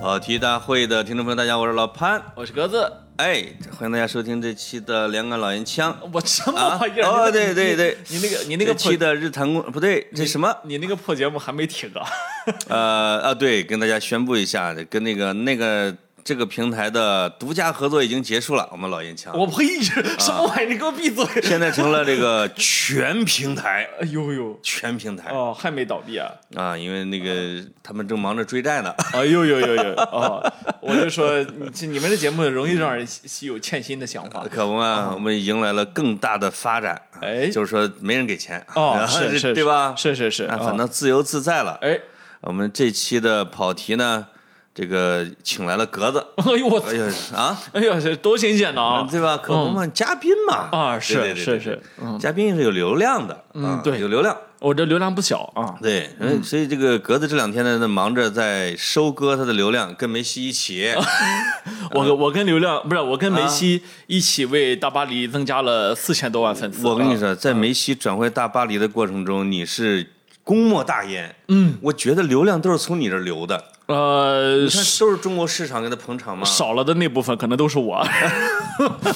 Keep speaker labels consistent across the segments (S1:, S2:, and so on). S1: 跑题大会的听众朋友，大家好，我是老潘。
S2: 我是格子，
S1: 哎，欢迎大家收听这期的《两杆老人腔》
S2: 我什么
S1: 啊
S2: 玩意儿？
S1: 哦
S2: 你那
S1: 对对
S2: 个
S1: 对
S2: 你那个你那个
S1: 这
S2: 破
S1: 期的日谈公不对，这什么？
S2: 你那个破节目还没停啊？
S1: 呃啊，对，跟大家宣布一下，跟那个那个这个平台的独家合作已经结束了，我们老烟枪
S2: 我呸！什么玩意儿？你给我闭嘴！
S1: 现在成了这个全平 台，
S2: 哎呦呦，
S1: 全平台
S2: 哦，还没倒闭啊？
S1: 啊，因为那个他们正忙着追债呢。
S2: 哎呦呦呦呦！ 哦，我就说你这你们的节目容易让人吸有欠薪的想 法。
S1: 可不嘛，我们迎来了更大的发展，
S2: 哦哎
S1: 就是说没人给钱，
S2: 哦，
S1: 然后
S2: 是是，
S1: 啊 对吧？
S2: 是是是，
S1: 啊，
S2: 哦
S1: 反正自由自在了。
S2: 哎，
S1: 我们这期的跑题呢，这个请来了格子，
S2: 哎呦我，
S1: 哎呦啊，
S2: 哎呦，这多新鲜呢啊！
S1: 对吧？可不嘛，嘉宾嘛，
S2: 啊是
S1: 对对对
S2: 是是
S1: 对嘉宾是有流量的，嗯
S2: 对
S1: 有流量，
S2: 我这流量不小啊。
S1: 对，嗯，所以这个格子这两天呢，忙着在收割他的流量，跟梅西一起，
S2: 啊我跟我跟流量不是我跟梅西一起为大巴黎增加了四千多万粉丝。
S1: 啊我跟你，说，在梅西转会大巴黎的过程中，你是功莫大焉，嗯，我觉得流量都是从你这儿流的，
S2: 呃
S1: 你，看都是中国市场给他捧场嘛，
S2: 少了的那部分可能都是我。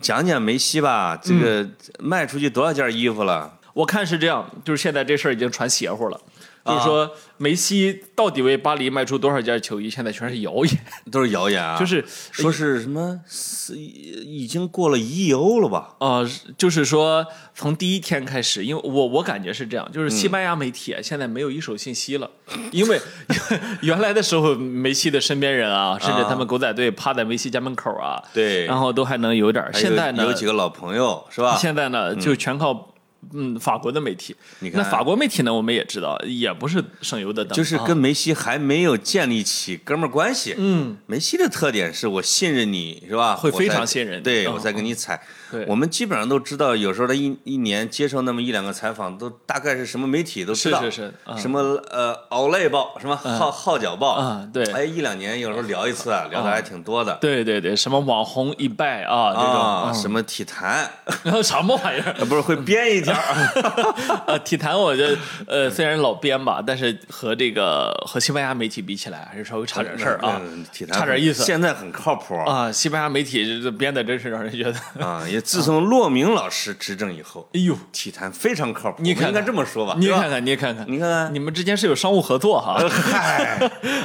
S1: 讲讲梅西吧，
S2: 嗯
S1: 这个卖出去多少件衣服了？
S2: 我看是这样，就是现在这事儿已经传邪乎了，
S1: 啊
S2: 就是说梅西到底为巴黎卖出多少件球衣，现在全是 谣言，
S1: 都是谣言啊！
S2: 就是
S1: 说是什么四已经过了一亿欧了吧？
S2: 呃，就是说从第一天开始，因为我我感觉是这样，就是西班牙媒体啊现在没有一手信 息了，因为 原来的时候梅西的身边人啊，甚至他们狗仔队趴在梅西家门口啊，
S1: 对
S2: 然后都还能有点儿。
S1: 还有
S2: 现在呢
S1: 有，几个老朋友是吧？
S2: 现在呢就全靠。嗯，法国的媒体，
S1: 你看
S2: 那法国媒体呢？我们也知道，也不是省油的灯，
S1: 就是跟梅西还没有建立起哥们儿关系。嗯，梅西的特点是我信任你是吧？
S2: 会
S1: 我
S2: 非
S1: 才
S2: 常信任你
S1: 对
S2: 嗯
S1: 我再跟你踩
S2: 对。
S1: 我们基本上都知道，有时候他一一年接受那么一两个采访，都大概是什么媒体都知道，
S2: 是是是嗯
S1: 什么呃《奥莱报》，什么《号号角报》
S2: 嗯对
S1: 哎，一两年有时候聊一次，啊，聊的还挺多的。
S2: 对对对，什么网红一拜啊这种，
S1: 啊，什么体坛，
S2: 然后 什么玩意儿？
S1: 呃不是会编一条 儿，
S2: 呃，体坛我这呃虽然老编吧，但是和这个和西班牙媒体比起来，还是稍微差点事儿啊
S1: 嗯，体坛
S2: 差点意思
S1: 现在很靠谱啊，
S2: 啊。西班牙媒体这编的真是让人觉得，
S1: 啊也自从骆明老师执政以后，
S2: 哎呦，
S1: 体坛非常靠谱。
S2: 你
S1: 我们
S2: 看
S1: 应该
S2: 看
S1: 这么说吧，
S2: 你
S1: 对吧
S2: 看，看，你看看，
S1: 你看看
S2: 你们之间是有商务合 作哈。
S1: 嗨，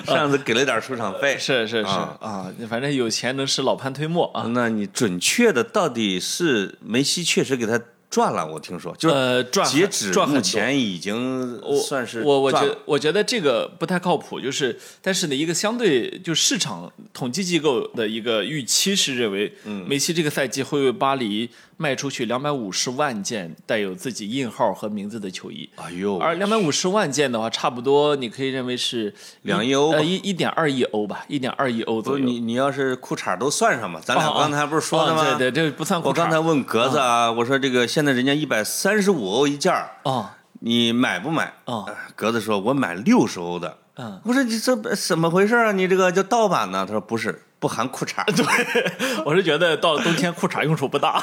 S1: 上次给了点出场费，
S2: 嗯是是是
S1: 啊
S2: 啊，反正有钱能使老潘推磨啊。
S1: 那你准确的到底是梅西确实给他赚了，我听说就是
S2: 呃，赚很
S1: 截止
S2: 赚很
S1: 目
S2: 多
S1: 前已经算是
S2: 我我
S1: 赚
S2: 觉
S1: 了
S2: 我觉得这个不太靠谱，就是但是呢，一个相对就市场统计机构的一个预期是认为，
S1: 嗯
S2: 梅西这个赛季会为巴黎卖出去两百五十万件带有自己印号和名字的球衣。
S1: 哎呦，
S2: 而两百五十万件的话，差不多你可以认为是
S1: 两亿欧吧
S2: 呃，一一点二亿欧吧，一点二亿欧
S1: 不
S2: 左
S1: 是
S2: 右。
S1: 你你要是裤衩都算上吧，咱俩
S2: 哦哦
S1: 刚才不是说的吗？
S2: 哦对对，这不算裤衩
S1: 我刚才问格子啊，我说这个现在人家一百三十五欧一件儿
S2: 哦，
S1: 你买不买？
S2: 哦
S1: 哎格子说，我买六十欧的。
S2: 嗯，
S1: 我说你这怎么回事啊？你这个叫盗版呢？他说不是，不含裤衩，
S2: 我是觉得到了冬天裤衩用处不大。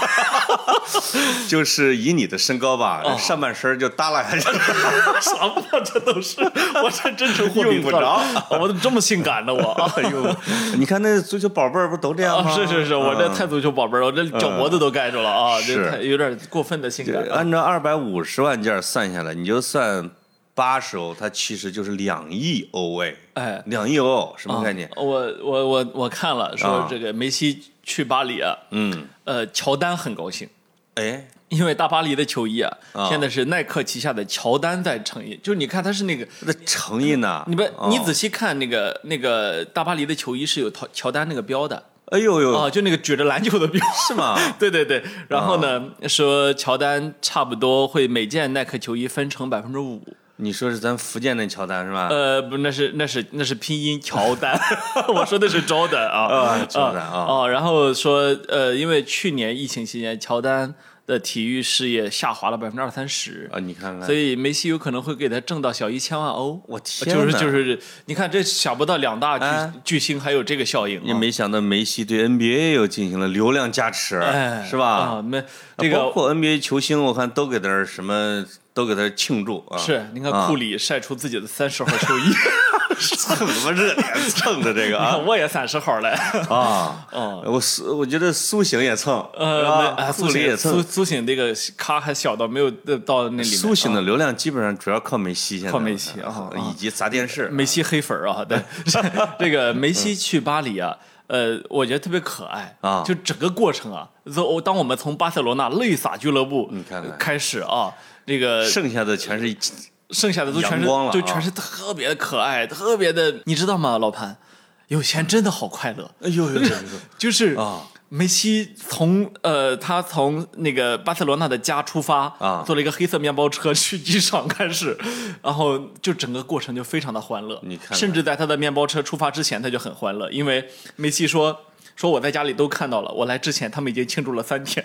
S1: 就是以你的身高吧，
S2: 哦
S1: 上半身就耷拉下去。
S2: 什么这都是，我这真是货比
S1: 用不
S2: 三
S1: 着
S2: 家， 我怎么这么性感呢？ 我哎呦，
S1: 你看那足球宝贝儿不都这样吗？
S2: 哦是是是，我这太足球宝贝儿了，我这脚脖子都盖住了啊，
S1: 嗯是
S2: 这太有点过分的性感
S1: 对
S2: 了。
S1: 呃按照二百五十万件儿算下来，你就算八十欧，它其实就是两亿欧哎，
S2: 哎，
S1: 两亿欧什么概念？
S2: 我我我我看了，说
S1: 啊
S2: 这个梅西去巴黎啊，
S1: 嗯，
S2: 呃，乔丹很高兴。
S1: 哎，
S2: 因为大巴黎的球衣啊，
S1: 啊
S2: 现在是耐克旗下的乔丹在成衣，就是你看他是那个，
S1: 这诚意呢？
S2: 你不
S1: 哦
S2: 你仔细看那个那个大巴黎的球衣是有乔乔丹那个标的
S1: 哎呦呦，
S2: 啊，就那个举着篮球的标，
S1: 是吗？
S2: 对对对，然后呢，说乔丹差不多会每件耐克球衣分成百分之五，
S1: 你说是咱福建那乔丹是吧？
S2: 呃，不，那是那是那是拼音乔丹， 我说的是招丹啊
S1: 啊，乔丹啊
S2: 哦，然后说呃，因为去年疫情期间，乔丹的体育事业下滑了百分之二三十，
S1: 啊，你看看，
S2: 所以梅西有可能会给他挣到小一千万欧。
S1: 我天
S2: 就是
S1: 哪
S2: 就是，你看这想不到两大巨、
S1: 哎
S2: 巨星还有这个效应、啊，
S1: 也没想到梅西对 NBA 又进行了流量加持，
S2: 哎
S1: 是吧？
S2: 啊，没这个
S1: 包括 NBA 球星，我看都给他什么，都给他庆祝啊。
S2: 是，你看
S1: 啊
S2: 库里晒出自己的三十号球衣，
S1: 蹭什么 热点蹭的这个啊
S2: 啊，我也三十号了。
S1: 啊，
S2: 哦
S1: 我苏我觉得苏醒也蹭， 是
S2: 呃，
S1: 吧
S2: 那
S1: 库
S2: 苏
S1: 里
S2: 醒
S1: 也
S2: 苏
S1: 蹭，
S2: 苏醒这个咖还小到没有呃到那里面。
S1: 苏醒的
S2: 啊
S1: 流量基本上主要靠梅西，现在
S2: 靠梅西啊啊
S1: 以及砸电视，
S2: 梅西黑粉儿 啊，对， 这个梅西去巴黎啊。呃，我觉得特别可爱
S1: 啊
S2: 就整个过程啊，就当我们从巴塞罗那泪洒俱乐部
S1: 你看看
S2: 开始啊，这个
S1: 剩下的全是
S2: 剩下的都全
S1: 阳
S2: 是
S1: 光了
S2: 就
S1: 啊
S2: 全是特别可爱，特别的，你知道吗，老潘？有钱真的好快乐，
S1: 哎呦呦，
S2: 就是
S1: 啊
S2: 梅西从呃，他从那个巴塞罗那的家出发
S1: 啊
S2: 坐了一个黑色面包车去机场开始，然后就整个过程就非常的欢乐。
S1: 你看看
S2: 甚至在他的面包车出发之前，他就很欢乐，因为梅西说。说我在家里都看到了，我来之前他们已经庆祝了三天，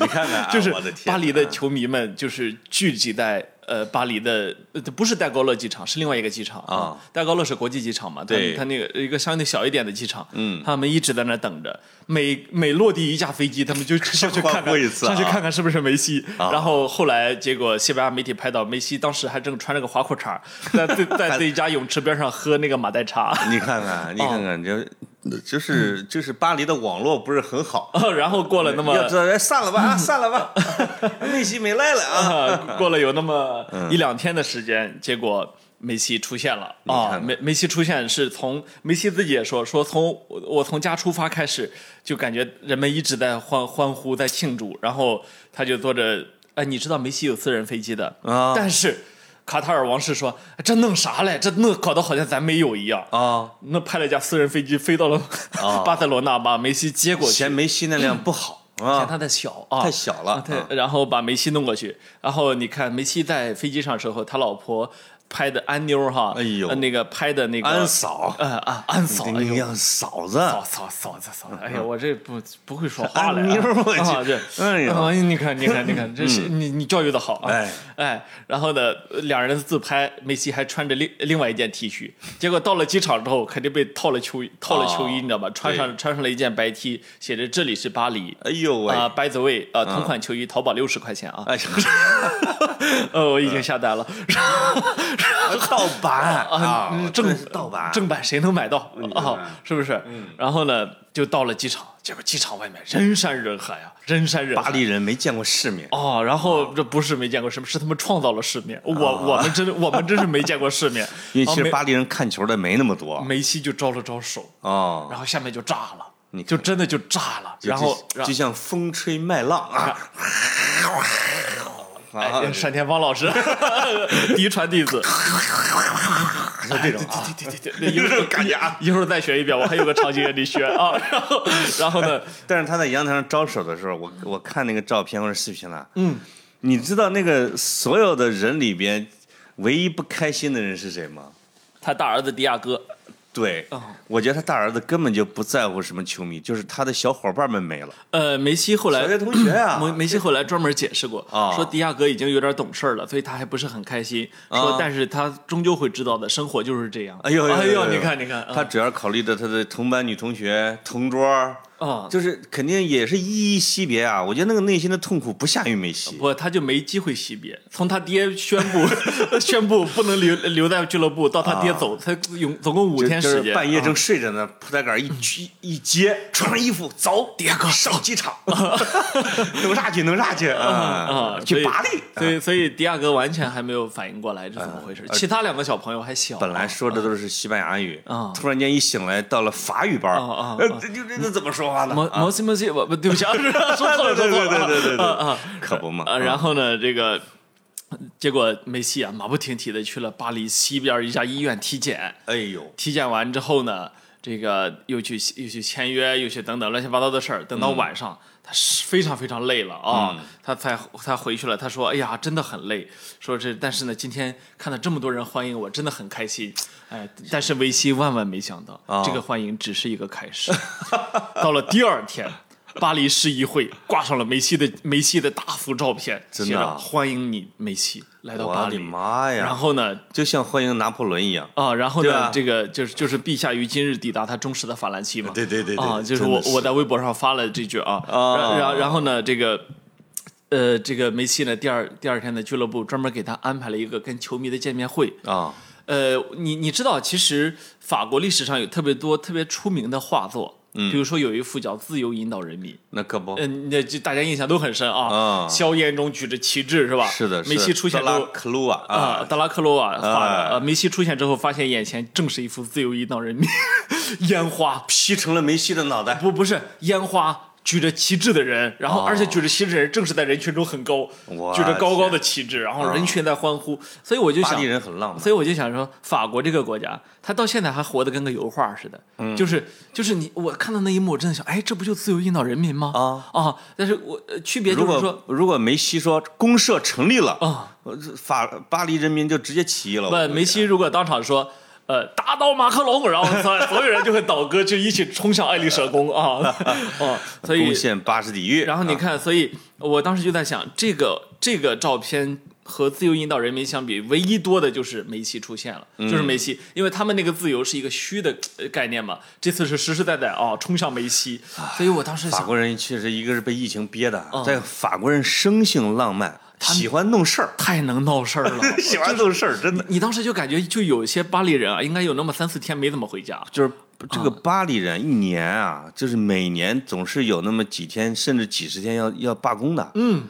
S1: 你看看啊，
S2: 就是
S1: 我的天，
S2: 巴黎的球迷们就是聚集在呃巴黎的，呃不是戴高乐机场，是另外一个机场
S1: 啊。
S2: 戴高乐是国际机场嘛？
S1: 对
S2: 他那个一个相对小一点的机场，嗯，他们一直在那儿等着，每每落地一架飞机，他 们就上去看
S1: 欢呼
S2: 看，
S1: 一次啊啊
S2: 上去看看是不是梅西。然后后来结果西班牙媒体拍到梅西当时还正穿着个花裤衩儿，在自 在自己家泳池边上喝那个马黛茶。
S1: 你看看，
S2: 哦
S1: 你看看，就就是就是巴黎的网络不是很好，
S2: 然后过了那么
S1: 要知道哎散 了吧啊，散了吧， 梅西没来了啊，
S2: 啊， 过了有那么
S1: 嗯
S2: 一两天的时间，结果梅西出现了
S1: 看
S2: 啊！
S1: 看
S2: 梅梅西出现是从梅西自己也说，说从我我从家出发开始，就感觉人们一直在欢欢呼，在庆祝，然后他就坐着，哎，你知道梅西有私人飞机的
S1: 啊
S2: 但是。卡塔尔王室说：“这弄啥嘞？这弄搞得好像咱没有一样。
S1: 啊，
S2: 那派了一架私人飞机飞到了巴塞罗那，把梅西接过去。
S1: 嫌梅西那辆不好
S2: 嫌
S1: 啊，
S2: 他的小啊，
S1: 太小了啊
S2: 啊对，然后把梅西弄过去，然后你看梅西在飞机上的时候，他老婆拍的安妞儿哈，
S1: 哎呦
S2: 呃那个拍的那个
S1: 安，嫂，
S2: 呃啊安嫂，哎
S1: 你
S2: 呦，
S1: 让嫂子，
S2: 嫂嫂嫂子嫂子，哎呀，我这不不会说话了
S1: 安
S2: 呀，
S1: 妞儿，我
S2: 啊，
S1: 去
S2: 对，，
S1: 哎呦，
S2: 啊，你看，你看，你看，这是你你教育的好啊！
S1: 哎
S2: 哎，然后呢，两人自拍，梅西还穿着另另外一件 T 恤，结果到了机场之后，肯定被套了球衣，套了球衣，
S1: 哦
S2: 你知道吧？穿上穿上了一件白 T，写着这里是巴黎。
S1: 哎呦喂，
S2: 啊、b y the way，呃，
S1: 嗯
S2: 同款球衣淘宝六十 块钱啊，
S1: 哎呀，
S2: 呃，我已经下单了。
S1: 盗版啊，
S2: 嗯正
S1: 真是盗版，
S2: 正版谁能买到啊？是不是？
S1: 嗯
S2: 然后呢，就到了机场，结果机场外面人山人海啊，人山人
S1: 巴
S2: 海。
S1: 黎啊人没见过世面，。
S2: 哦，然后这不是没见过世面，是他们创造了世面。我我们真的我们真是没见过世面
S1: 啊 因为
S2: 然后
S1: 其实
S2: 梅
S1: 巴黎人看球的没那么多
S2: 梅西就招了招手，
S1: 啊，
S2: 然后下面就炸了，
S1: 你看
S2: 就真的就炸了。然后
S1: 就
S2: 然
S1: 就
S2: 后
S1: 像风吹麦浪啊，啊，
S2: 哎，单田芳老师，嫡传弟子，就这种啊，对对对对，
S1: 有
S2: 一会
S1: 这
S2: 儿
S1: 种感觉啊。
S2: 一会儿再学一遍，我还有个场景给你学啊。然后然后呢，
S1: 但是他在阳台上招手的时候，我我看那个照片或者视频了，嗯，你知道那个所有的人里边，唯一不开心的人是谁吗？
S2: 他大儿子迪亚哥，
S1: 对，我觉得他大儿子根本就不在乎什么球迷，就是他的小伙伴们没了，
S2: 呃，梅西后来
S1: 小学同学啊，
S2: 梅梅西后来专门解释过，
S1: 啊
S2: 说迪亚哥已经有点懂事儿了，所以他还不是很开心。说
S1: 啊，
S2: 但是他终究会知道的，生活就是这样。
S1: 哎呦
S2: 哎
S1: 呦，
S2: 你看，你看，
S1: 他主要考虑的他的同班女同学、同桌，
S2: 啊，
S1: 就是肯定也是依依惜别啊。我觉得那个内心的痛苦不下于梅西，
S2: 不，他就没机会惜别。从他爹宣布 宣布不能留留在俱乐部，到他爹走，他总总共五
S1: 就
S2: 天时
S1: 啊就是
S2: 间。
S1: 半夜
S2: 啊
S1: 正睡着呢，铺盖杆一举一揭，穿上衣服走，爹哥上机场， 弄啥去弄啥去啊
S2: 啊，
S1: 去巴黎。
S2: 所以所以所以迪亚哥完全还没有反应过来这怎么回事。其他两个小朋友还小，
S1: 啊本来说的都是西班牙语
S2: 啊，
S1: 突然间一醒来到了法语班，
S2: 啊啊
S1: 呃这这这怎么说话呢？
S2: 摩摩西摩西，不不，对不起，啊，说错了，说
S1: 对
S2: 错
S1: 对
S2: 了
S1: 对
S2: 啊，
S1: 对对对
S2: 啊啊。
S1: 可不嘛
S2: 啊，，然后呢，这个结果梅西啊，马不停蹄的去了巴黎西边一家医院体检，
S1: 哎呦，
S2: 体检完之后呢，这个又去又去签约，又去等等乱七八糟的事儿。等
S1: 嗯
S2: 到晚上，他是非常非常累了啊，他才他回去了。他说：“哎呀，真的很累。”说这，但是呢，今天看到这么多人欢迎我，真的很开心。哎，但是梅西万万没想到，
S1: 啊
S2: 这个欢迎只是一个开始。到了第二天。巴黎市议会挂上了梅西的梅西的大幅照片，
S1: 真
S2: 写
S1: 的
S2: 着
S1: 啊
S2: 欢迎你梅西来到巴
S1: 我的
S2: 黎。
S1: 妈
S2: 然
S1: 呀，
S2: 后呢，
S1: 就像欢迎拿破仑一样。
S2: 啊，然后
S1: 对
S2: 呢
S1: 吧，
S2: 这个就是就是陛下于今日抵达他忠实的法兰西嘛，
S1: 对对对对
S2: 啊，就是
S1: 真的
S2: 我
S1: 是
S2: 我在微博上发了这句啊，
S1: 啊
S2: 然然然后呢，这个。呃，这个梅西呢，第二第二天呢，俱乐部专门给他安排了一个跟球迷的见面会。
S1: 啊，
S2: 呃，你你知道，其实法国历史上有特别多特别出名的画作，嗯，比如说有一幅叫《自由引导人民》，
S1: 那可不，
S2: 嗯，那就大家印象都很深啊。
S1: 啊
S2: 硝烟中举着旗帜是吧？
S1: 是的，
S2: 梅西出现
S1: 拉
S2: 后
S1: 克鲁瓦
S2: 啊，
S1: 啊，
S2: 德拉克罗瓦画的
S1: 哎。
S2: 呃，梅西出现之后，发现眼前正是一幅自由引导人民，烟花
S1: 劈成了梅西的脑袋。
S2: 不不是烟花，举着旗帜的人，然后
S1: 哦
S2: 而且举着旗帜的人正是在人群中很高
S1: 我，嗯
S2: 举着高高的旗帜，然后人群在欢呼，所以我就
S1: 巴
S2: 想
S1: 黎，人很浪漫，
S2: 所以我就想说，法国这个国家，他到现在还活得跟个油画似的，
S1: 嗯
S2: 就是就是你我看到那一幕，我真的想，哎，这不就自由引导人民吗？啊啊！但是我呃区别
S1: 如
S2: 就是说
S1: 果。如果梅西说公社成立了
S2: 啊，
S1: 呃这法巴黎人民就直接起义了。我
S2: 不，梅西如果当场说。呃，打倒马克龙，然后所有所有人就会倒戈，就一起冲向爱丽舍宫啊！哦，所以
S1: 攻陷巴士底狱，
S2: 然后你看，所以我当时就在想，这个这个照片和自由引导人民相比，唯一多的就是梅西出现了，就是梅西，因为他们那个自由是一个虚的呃概念嘛，这次是实实在在啊、冲向梅西，所以我当时
S1: 法
S2: 想，
S1: 国人确实一个是被疫情憋的，
S2: 嗯
S1: 再有法国人生性浪漫，喜欢弄事儿，
S2: 太能闹事儿了。
S1: 喜欢弄事儿，真的。
S2: 哦你当时就感觉，就有些巴黎人啊，应该有那么三四天没怎么回家，
S1: 就是这
S2: 嗯
S1: 个巴黎人一年啊，就是每年总是有那么几天，甚至几十天要要罢工的。嗯，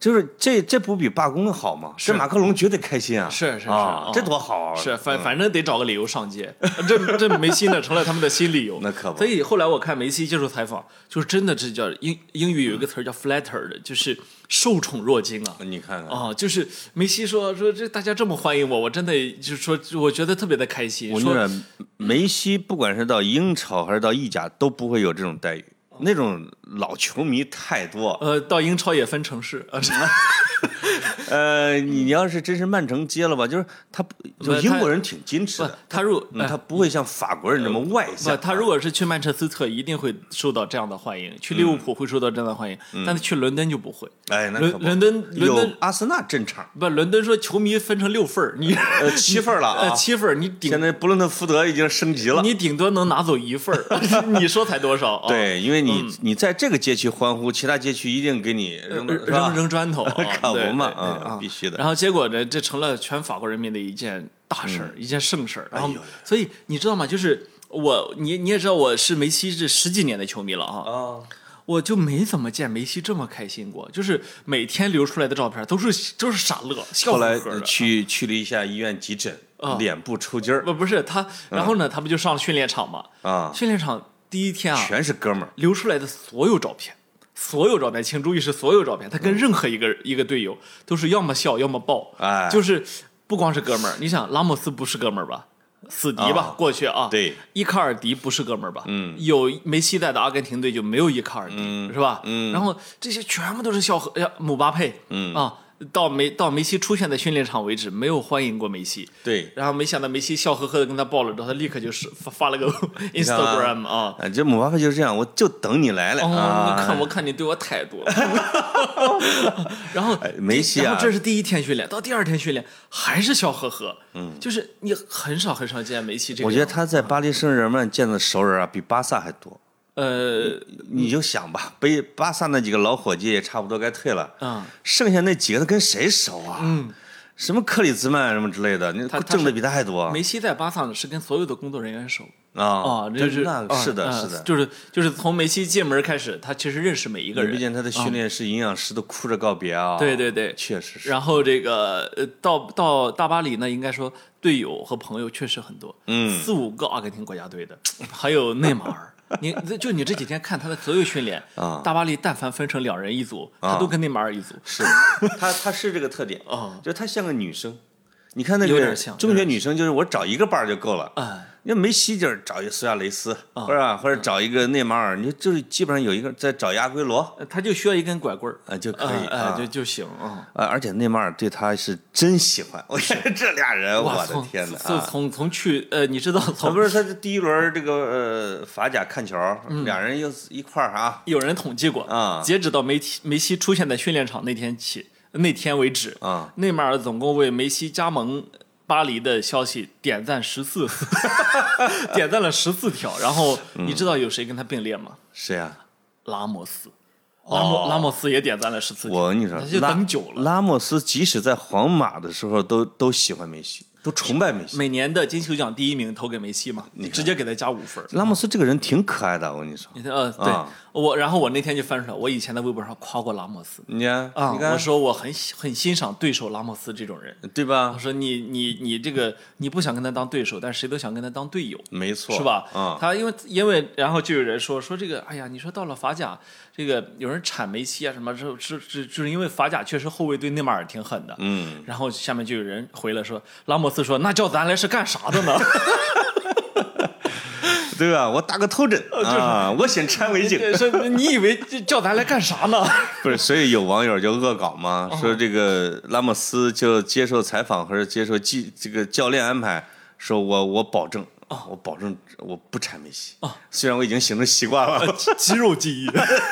S1: 就是这这不比罢工好吗？这马克龙绝对开心啊！
S2: 是是是
S1: 啊
S2: 哦，
S1: 这多好啊！
S2: 是反反正得找个理由上街，这这梅西呢成了他们的新理由。
S1: 那可不
S2: 所以后来我看梅西接受采访，就是真的这叫英英语有一个词儿叫
S1: 嗯
S2: flattered，就是受宠若惊啊。
S1: 你看看，
S2: 哦，就是梅西说说这大家这么欢迎我，我真的就是说我觉得特别的开心。
S1: 我跟你
S2: 说
S1: 说，梅西不管是到英超还是到意甲，都不会有这种待遇。
S2: 哦
S1: 那种老球迷太多，
S2: 呃，到英超也分城市 啊，这
S1: 呃，你要是真是曼城接了吧，就是他不，就
S2: 不
S1: 英
S2: 他
S1: 国人挺矜持
S2: 不
S1: 的，
S2: 他如呃
S1: 嗯他不会像法国人那么外
S2: 不，
S1: 向。
S2: 他如果是去曼彻斯特，一定会受到这样的欢迎；
S1: 嗯
S2: 去利物浦会受到这样的欢迎，但是去伦敦就不会。
S1: 哎，那
S2: 伦
S1: 可不
S2: 伦敦伦
S1: 有
S2: 敦
S1: 阿森纳镇场，
S2: 不，伦敦说球迷分成六份儿，你
S1: 呃，七份儿了
S2: 呃，
S1: 啊！
S2: 七份儿，你顶
S1: 现在布伦特福德已经升级了。
S2: 你顶多能拿走一份儿， 你说才多少？哦，
S1: 对，因为你你在这个街区欢呼，其他街区一定给你扔
S2: 呃扔扔
S1: 扔
S2: 扔砖头，哦
S1: 可不嘛
S2: 对对对
S1: 啊必须的
S2: 然后结果呢，这成了全法国人民的一件大事儿，一件盛事儿。然后
S1: 嗯哎呦，
S2: 所以你知道吗？就是我，你你也知道，我是梅西这十几年的球迷了啊。
S1: 啊！
S2: 我就没怎么见梅西这么开心过，就是每天流出来的照片都是都是傻乐，笑
S1: 后
S2: 呵
S1: 来
S2: 呵的。啊
S1: 去去了一下医院急诊，脸部抽筋儿
S2: 不不是他，然后呢，他不就上训练场嘛？
S1: 嗯啊，
S2: 训练场第一天啊，
S1: 全是哥们儿。
S2: 流出来的所有照片，所有照片，请注意是所有照片，他跟任何一个、一个队友都是要么笑，要么爆，
S1: 哎
S2: 就是不光是哥们儿，你想拉莫斯不是哥们儿吧？死敌
S1: 啊
S2: 吧，过去啊，
S1: 对，
S2: 伊卡尔迪不是哥们儿吧？嗯，有梅西在的阿根廷队就没有伊卡尔迪，是吧？嗯，然后这些全部都是笑呵，哎呀，姆巴佩，嗯啊，到梅到梅西出现在训练场为止，没有欢迎过梅西。
S1: 对，
S2: 然后没想到梅西笑呵呵的跟他抱了之后，他立刻就是发发了个 Instagram 啊，
S1: 啊，这姆巴佩就是这样，我就等你来了
S2: 哦，你
S1: 啊！
S2: 看，我看你对我 态度。然后
S1: 哎梅西啊
S2: 然后这是第一天训练，到第二天训练还是笑呵呵。嗯，就是你很少很少见梅西这个样。
S1: 我觉得他在巴黎圣日耳曼见的熟人啊，比巴萨还多。
S2: 呃，
S1: 你就想吧，被巴萨那几个老伙计也差不多该退了，
S2: 嗯，
S1: 剩下那几个他跟谁熟啊？嗯，什么克里兹曼什么之类的，你
S2: 他他是
S1: 挣的比他还多
S2: 梅西在巴萨呢是跟所有的工作人员熟
S1: 啊！
S2: 啊，这
S1: 真
S2: 是
S1: 的
S2: 啊
S1: 是的，
S2: 啊
S1: 是的。
S2: 就是就是从梅西进门开始，他其实认识每一个
S1: 你
S2: 人啊
S1: 毕。竟他的训练师、营养师都哭着告别啊！
S2: 对对对，
S1: 确实是。
S2: 然后这个呃，到到大巴黎呢，应该说队友和朋友确实很多，嗯，四五个阿根廷国家队的，还有内马尔。你就你这几天看他的所有训练
S1: 啊
S2: 大巴黎但凡分成两人一组，他都跟内马尔一组。
S1: 是 他，他是这个特点
S2: 啊，
S1: 就他像个女生。你看那
S2: 有
S1: 个
S2: 点像
S1: 中学女生，就是我找一个伴儿就够了。
S2: 哎，哦嗯
S1: 因为梅西就是找一个苏亚雷斯，或者啊或者找一个内马尔，你就就是基本上有一个再找一个阿圭罗
S2: 呃他就需要一根拐棍儿，
S1: 啊就可以
S2: 哎哎
S1: 啊
S2: 就。就行啊。
S1: 啊，而且内马尔对他是真喜欢，我觉得 这俩人，我的
S2: 从
S1: 天哪！
S2: 就
S1: 啊，
S2: 从从去呃，你知道
S1: 他
S2: 从
S1: 不是他这第一轮这个呃法甲看球，
S2: 嗯
S1: 俩人又一块儿啊
S2: 有人统计过
S1: 啊
S2: 截止到梅西梅西出现在训练场那天起那天为止
S1: 啊，
S2: 内马尔总共为梅西加盟巴黎的消息点赞 十四，点赞了十四条。然后
S1: 嗯
S2: 你知道有谁跟他并列吗？
S1: 谁呀？
S2: 拉莫斯，拉莫、拉莫斯也点赞了十四条。
S1: 哦我跟你
S2: 他就
S1: 说，拉
S2: 等久了
S1: 拉莫斯即使在皇马的时候都都喜欢梅西，都崇拜梅西。
S2: 每年的金球奖第一名投给梅西嘛，直接给他加五分儿。
S1: 拉莫斯这个人挺可爱的，我跟你说，
S2: 你看，呃，对、
S1: 啊
S2: 我，然后我那天就翻出来，我以前在微博上夸过拉莫斯
S1: 你看，
S2: 啊，
S1: 你看
S2: 我，说我很喜很欣赏对手拉莫斯这种人。
S1: 对
S2: 我
S1: 吧？
S2: 说你你你这个你不想跟他当对手，但是谁都想跟他当队友，
S1: 没错，
S2: 是吧？
S1: 啊，
S2: 他因为因为然后就有人说说这个，哎呀，你说到了法甲，这个有人铲梅西啊什么，是是是，就是因为法甲确实后卫对内马尔挺狠的。
S1: 嗯，
S2: 然后下面就有人回了说，拉莫斯说那叫咱来是干啥的呢？
S1: 对吧？我打个 头阵啊，我先缠 为敬。
S2: 说你以为这叫咱来干 啥呢？
S1: 不是，所以有网友就恶搞嘛，说这个拉莫斯就接受采访或者接受记这个教练安排，说我我保证啊，我保证我不缠梅西啊，虽然我已经形成习惯 了，
S2: 肌肉记忆，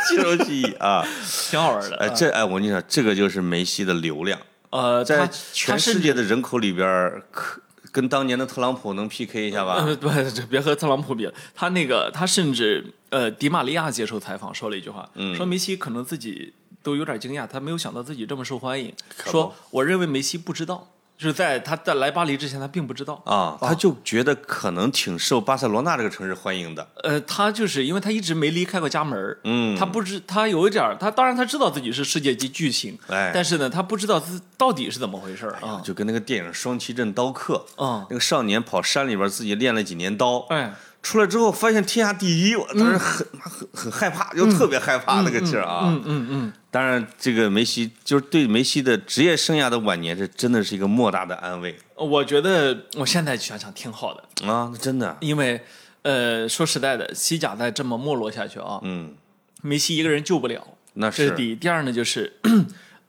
S1: 肌肉记忆 啊，
S2: 挺好玩的。
S1: 哎，这哎，我跟你讲，这个就是梅西的流量，
S2: 呃，
S1: 在
S2: 他
S1: 全世界的人口里边儿，可跟当年的特朗普能 PK 一下吧？
S2: 呃，不，这别和特朗普比了。他那个，他甚至呃，迪玛利亚接受采访说了一句话，
S1: 嗯
S2: 说梅西可能自己都有点惊讶，他没有想到自己这么受欢迎。
S1: 可不
S2: 说我认为梅西不知道，就是在他在来巴黎之前，他并不知道。
S1: 啊，他就觉得可能挺受巴塞罗那这个城市欢迎的，
S2: 呃，他就是因为他一直没离开过家门
S1: 嗯，
S2: 他不知他有一点儿，他当然他知道自己是世界级巨星，
S1: 哎
S2: 但是呢，他不知道自到底是怎么回事儿啊
S1: 就跟那个电影《双旗镇刀客》
S2: 啊，
S1: 那个少年跑山里边自己练了几年刀，
S2: 哎，
S1: 出来之后发现天下第一，我当时很、很很害怕，就特别害怕那个劲儿啊。
S2: 嗯嗯嗯，
S1: 当然，这个梅西就是对梅西的职业生涯的晚年，这真的是一个莫大的安慰
S2: 我觉得我现在想想挺好的，
S1: 啊！真的，
S2: 因为呃，说实在的，西甲再这么没落下去啊，
S1: 嗯，
S2: 梅西一个人救不了，
S1: 那
S2: 这
S1: 是
S2: 是第一。第二呢，就是。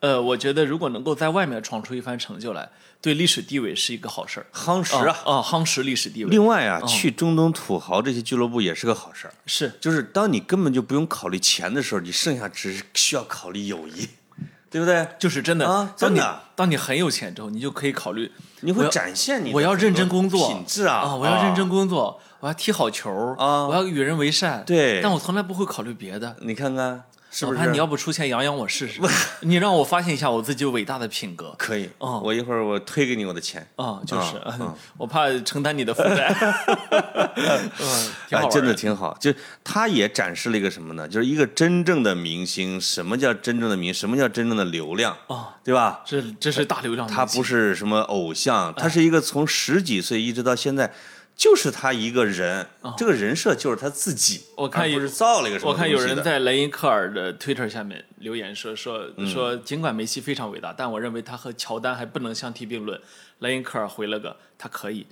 S2: 呃，我觉得如果能够在外面闯出一番成就来，对历史地位是一个好事儿。
S1: 夯实
S2: 啊
S1: 啊。
S2: 啊，夯实历史地位
S1: 另外啊，去中东土豪这些俱乐部也是个好事儿，
S2: 是
S1: 就是当你根本就不用考虑钱的时候，你剩下只是需要考虑友谊， 对不对？
S2: 就是真的
S1: 啊
S2: 当
S1: 真
S2: 你
S1: 的
S2: 当你很有钱之后，你就可以考虑
S1: 你
S2: 我
S1: 会
S2: 要
S1: 展现你的
S2: 我要认真工作
S1: 品质啊
S2: 啊，我要认真工作，我要踢好球啊我要与人为善。
S1: 对
S2: 但我从来不会考虑别的。
S1: 你看看是不
S2: 老潘
S1: 是？
S2: 你要不出钱养养我试试？你让我发现一下我自己伟大的品格。
S1: 可以，
S2: 哦
S1: 我一会儿我推给你我的钱。
S2: 啊、就是、
S1: 啊啊
S2: 我怕承担你的 负担，嗯， 挺好玩、
S1: 啊，真的，挺好。就他也展示了一个什么呢？就是一个真正的明星，什么叫真正的明星？什么叫真正的流量？
S2: 啊
S1: 对吧？
S2: 这这是大流量明星，
S1: 他不是什么偶像，
S2: 哎
S1: 他是一个从十几岁一直到现在，就是他一个人，这个人设就是他自己。
S2: 哦我看
S1: 而
S2: 有
S1: 不是造了一个什么
S2: 我
S1: 东
S2: 看
S1: 西的，
S2: 有人在莱因克尔的 Twitter 下面留言说说
S1: 嗯
S2: 说，尽管梅西非常伟大，但我认为他和乔丹还不能相提并论。莱因克尔回了个他可以，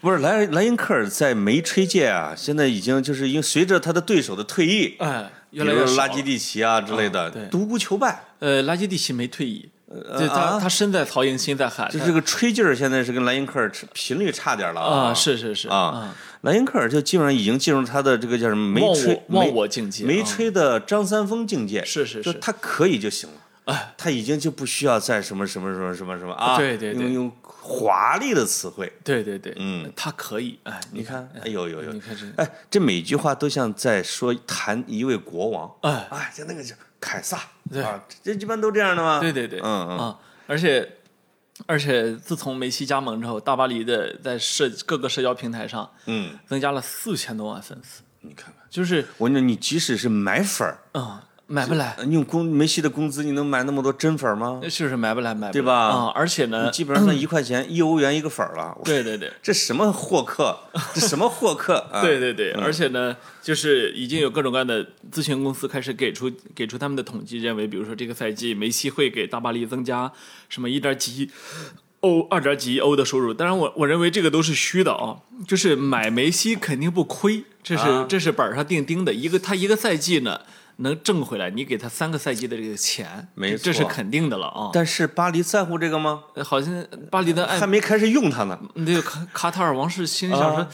S1: 不是莱莱因克尔在梅吹界啊，现在已经就是因为随着他的对手的退役，
S2: 哎，
S1: 比
S2: 越来越
S1: 如
S2: 少哦
S1: 拉基蒂奇啊之类的，
S2: 对
S1: 独孤求败，
S2: 呃，拉基蒂奇没退役，对他他身在曹营心在汉，
S1: 呃啊就
S2: 他
S1: 这个吹劲儿现在是跟莱因克尔频率差点了
S2: 啊，是是是
S1: 啊，莱因克尔就基本上已经进入他的这个叫什么没
S2: 忘
S1: 吹
S2: 我忘
S1: 没
S2: 我境界，
S1: 没
S2: 啊
S1: 吹的张三丰境界，
S2: 是是哎
S1: 就是他可以就行了。他已经就不需要再什么什么什么什么什么啊，
S2: 对对对
S1: 用用华丽的词汇，
S2: 对对对，
S1: 嗯，
S2: 他可以，哎，
S1: 你看，哎呦呦呦
S2: 你，看这，
S1: 哎，这每句话都像在说谈一位国王，
S2: 哎，
S1: 哎，就那个叫凯撒，
S2: 对
S1: 啊，这一般都这样的吗？
S2: 对对对，
S1: 嗯嗯
S2: 啊，而且而且自从梅西加盟之后，大巴黎的在社各个社交平台上
S1: 嗯，
S2: 增加了四千多万粉丝，
S1: 你看看，
S2: 就是
S1: 我跟你说，你即使是买粉儿，
S2: 嗯，买不来，
S1: 你用工梅西的工资，你能买那么多真粉儿吗？
S2: 就是买不来，买不来
S1: 对吧
S2: 啊，而且呢
S1: 你，基本上算一块钱一欧元一个粉儿了，我
S2: 对对对。
S1: 这什么获客？这什么获客？啊、
S2: 对对对，而且呢，就是已经有各种各样的咨询公司开始给出给出他们的统计，认为比如说这个赛季梅西会给大巴黎增加什么一点几亿欧、二点几亿欧的收入。当然我，我认为这个都是虚的啊，就是买梅西肯定不亏，这是、
S1: 啊
S2: 这是板上钉钉的。一个他一个赛季呢能挣回来，你给他三个赛季的这个钱，
S1: 没
S2: 这这是
S1: 错
S2: 肯定的了啊。
S1: 但是巴黎在乎这个吗？
S2: 好像巴黎的爱
S1: 还没开始用它呢。
S2: 那个卡卡塔尔王室心里想说，
S1: 啊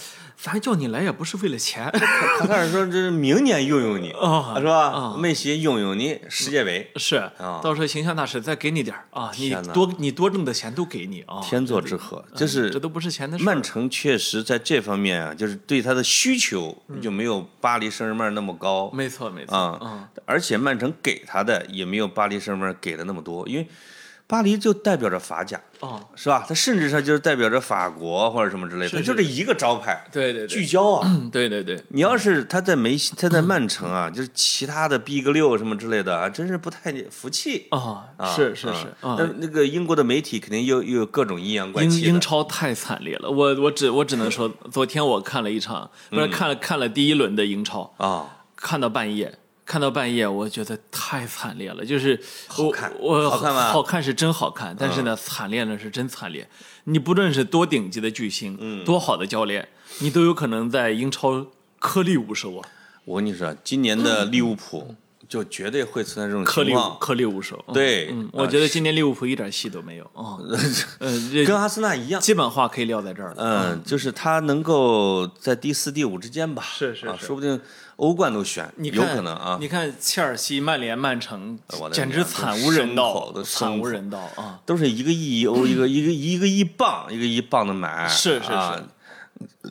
S2: 咱叫你来也不是为了钱。
S1: 卡塔尔说这是明年用用你，
S2: 啊
S1: 是吧？梅西用用你世界杯，
S2: 是，
S1: 啊
S2: 到时候形象大使再给你点儿啊，你
S1: 天哪
S2: 多你多挣的钱都给你啊，
S1: 天作之合。这
S2: 这
S1: 是
S2: 都不是钱的事儿。
S1: 曼城确实在这方面啊，就是对他的需求就没有巴黎圣日耳曼那么高
S2: 嗯没
S1: 啊
S2: 嗯错没错，
S1: 啊，而且曼城给他的也没有巴黎圣日耳曼给的那么多，因为。巴黎就代表着法甲，
S2: 哦，
S1: 是吧？它甚至它就是代表着法国或者什么之类
S2: 是
S1: 的，它
S2: 是
S1: 就是一个招牌，
S2: 对对嗯
S1: 聚
S2: 对，
S1: 焦啊。
S2: 对对对，
S1: 你要是他在梅西，他在曼城啊，就是其他的 B 个六什么之类的啊，真是不太服气。
S2: 啊
S1: 啊，
S2: 是是
S1: 啊
S2: 是，啊
S1: 那那个英国的媒体肯定又又有各种阴阳怪
S2: 英
S1: 气的
S2: 英超太惨烈了，我我只我只能说，昨天我看了一场，不
S1: 嗯
S2: 是看了看了第一轮的英超，
S1: 啊，
S2: 看到半夜，看到半夜，我觉得太惨烈了。就是我
S1: 好看
S2: 我
S1: 好看吗嗯
S2: 好看是真好看，但是呢，惨烈呢是真惨烈。你不论是多顶级的巨星，
S1: 嗯
S2: 多好的教练，你都有可能在英超颗粒无收啊，
S1: 我跟你说，今年的利物浦就绝对会存在这种
S2: 颗
S1: 情
S2: 粒无
S1: 况，
S2: 颗粒无收。嗯
S1: 对
S2: 嗯
S1: 啊
S2: 我觉得今年利物浦一点戏都 没有啊。嗯呃，这
S1: 跟阿森纳一样。
S2: 基本话可以撂在这儿了。
S1: 嗯，就是他能够在第四、第五之间吧，
S2: 是是
S1: 啊，
S2: 是
S1: 说不定欧冠都选，
S2: 你
S1: 有
S2: 看，
S1: 可能啊。
S2: 你看切尔西、曼联、曼城
S1: 呃我，的
S2: 简直
S1: 娘都
S2: 惨无人
S1: 牲口
S2: 道，
S1: 都牲
S2: 惨无
S1: 口
S2: 人道啊！
S1: 都是一个一欧，一个一个一个一磅，一个一磅的买，
S2: 是是
S1: 啊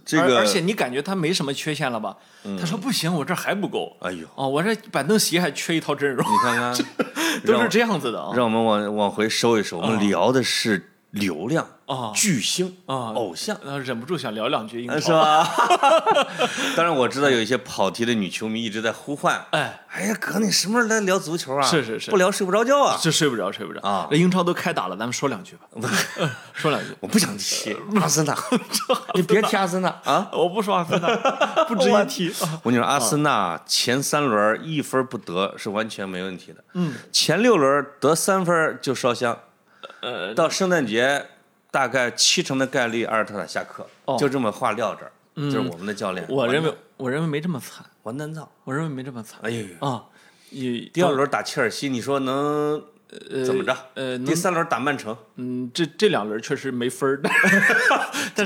S1: 这
S2: 而
S1: 个嗯
S2: 而且你感觉他没什么缺陷了吧？他说不行，我这还不够。
S1: 哎呦，
S2: 哦，我这板凳席还缺一套阵容，
S1: 你看看，
S2: 都
S1: 让
S2: 是
S1: 我
S2: 这样子的啊。
S1: 让我们往往回收一收，我们聊的是流量、
S2: 啊
S1: 巨星、
S2: 啊
S1: 偶像，
S2: 然后忍不住想聊两句英
S1: 哎是
S2: 超，
S1: 吧？当然我知道有一些跑题的女球迷一直在呼唤，
S2: 哎，
S1: 哎呀哥，你什么时候来聊足球啊？
S2: 是是是
S1: 不聊睡不着觉啊！
S2: 这睡不着，睡不着
S1: 啊
S2: 这英超都开打了，咱们说 两句吧， 说两句。
S1: 我不想 提阿森纳，你别提阿森纳啊！
S2: 我不说阿森 纳，不值一提。啊
S1: 我跟你说，阿森纳前三轮一分不得是完全没问题的，嗯，前六轮得三分就烧香，
S2: 呃，
S1: 到圣诞节大概七成的概率阿尔特塔下课，
S2: 哦嗯
S1: 就这么话撂这儿，就是我们的教练。
S2: 我认
S1: 完
S2: 为我认为没这么惨，
S1: 完蛋操，
S2: 我认为没这么惨
S1: 哎呦呦，
S2: 啊。你
S1: 第二轮打切尔西，你说能怎么着？
S2: 呃，能
S1: 第三轮打曼城，
S2: 嗯，这这两轮确实没分儿， 但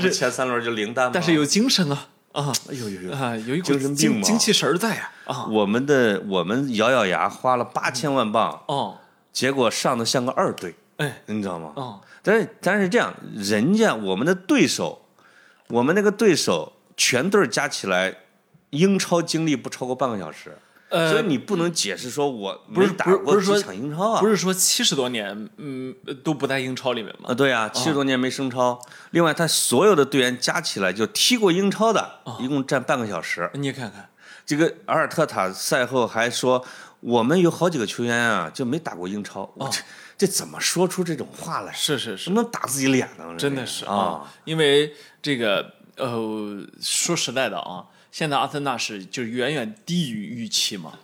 S1: 这不
S2: 是
S1: 前三轮就零蛋吗？
S2: 但是有精神啊 啊
S1: 哎呦呦呦！
S2: 啊，有一股
S1: 精神病
S2: 精
S1: 嘛
S2: 精气神儿在啊 啊
S1: 我们的我们咬咬牙花了八千万镑，
S2: 哦
S1: 结果上的像个二队，
S2: 哎
S1: 你知道吗？
S2: 哦
S1: 但是但是这样，人家我们的对手，我们那个对手全队加起来，英超经历不超过半个小时，
S2: 呃
S1: 所以你不能解释说我
S2: 不
S1: 没
S2: 是
S1: 打
S2: 不是不
S1: 过
S2: 是说
S1: 几场英超啊。
S2: 不是说七十多年，嗯，都不在英超里面吗？
S1: 啊，对啊，七十多年没升超。另外，他所有的队员加起来就踢过英超的，
S2: 哦
S1: 一共占半个小时。
S2: 呃你看看，
S1: 这个阿尔特塔赛后还说，我们有好几个球员啊就没打过英
S2: 哦
S1: 超。我这这怎么说出这种话来？
S2: 是是
S1: 什，么能打自己脸呢？
S2: 真的是
S1: 啊，，
S2: 因为这个呃，说实在的啊，现在阿森纳是就是远远低于预期嘛。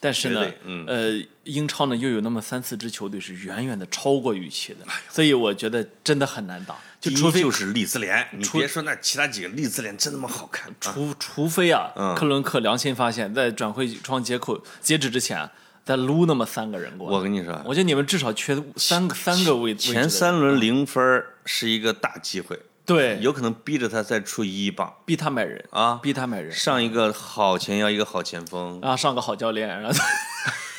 S2: 但是呢
S1: 绝对，嗯
S2: 呃，英超呢又有那么三四支球队是远远的超过预期的，所以我觉得真的很难打，就
S1: 第一
S2: 除非
S1: 就是利兹联，你别说那其他几个，利兹联真他妈好看。啊
S2: 除除非啊，克伦克良心发现，在转会窗截口截止之前，再撸那么三个人过来。
S1: 我跟你说，
S2: 我觉得你们啊至少缺三个三个位位置的
S1: 前
S2: 人
S1: 三轮零分儿是一个大机会，
S2: 对，
S1: 有可能逼着他再出一棒
S2: 逼他买人，
S1: 啊。
S2: 逼他买人，
S1: 上一个好前腰，一个好前锋，
S2: 然后上个好教练，然后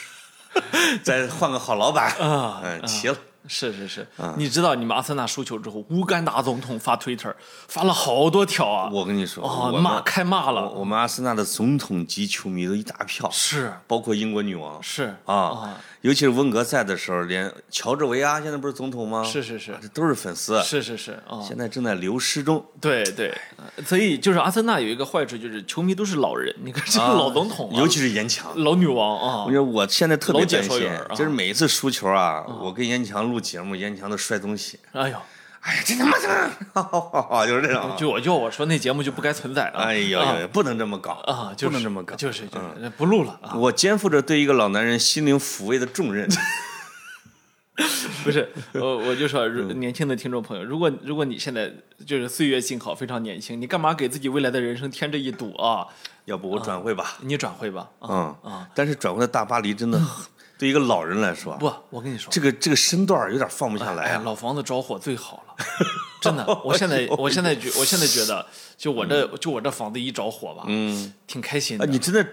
S1: 再换个好老板
S2: 啊
S1: 嗯，齐了。
S2: 是是是，
S1: 啊
S2: 你知道你们阿森纳输球之后，乌干达总统发 Twitter 发了好多条啊，
S1: 我跟你说，
S2: 哦
S1: 我
S2: 骂
S1: 们
S2: 开骂
S1: 我
S2: 了，
S1: 我们阿森纳的总统级球迷都一大票，
S2: 是
S1: 包括英国女王
S2: 是哦
S1: 啊，尤其是温格在的时候，连乔治维阿现在不是总统吗？
S2: 是是是
S1: 啊这都是粉丝，
S2: 是是是啊，
S1: 现在正在流失中。
S2: 对对，呃所以就是阿森纳有一个坏处就是球迷都是老人，你看这个老总统啊，
S1: 尤其是严强。
S2: 老女王
S1: 我
S2: 啊
S1: 觉，得我现在特别
S2: 老解
S1: 担
S2: 说
S1: 心
S2: 员儿啊，嗯
S1: 就是每一次输球啊，我跟严强录节目，严强都摔东西。
S2: 哎呦，
S1: 哎呀，这他妈的， 就是这种啊。
S2: 就我要我说那节目就不该存在啊！
S1: 哎呦
S2: 啊
S1: 呦呦，不能这么搞
S2: 啊，就是
S1: 不能这么搞。嗯
S2: 就是就是不录了啊！
S1: 我肩负着对一个老男人心灵抚慰的重任。
S2: 不是，我我就说，
S1: 嗯
S2: 如年轻的听众朋友，如果如果你现在就是岁月静好，非常年轻，你干嘛给自己未来的人生添这一堵啊？
S1: 要不我转会吧？
S2: 你转会吧啊！
S1: 嗯但是转会到大巴黎真的， 对一个老人来说，啊
S2: 不，我跟你说，
S1: 这个这个身段儿有点放不下
S2: 哎
S1: 来啊。
S2: 呀，老房子着火最好了， 真的。我
S1: 哎
S2: 现在我现在觉我现在觉得，就我这就我这房子一着火吧，嗯，挺开心
S1: 啊，
S2: 的。
S1: 你真的，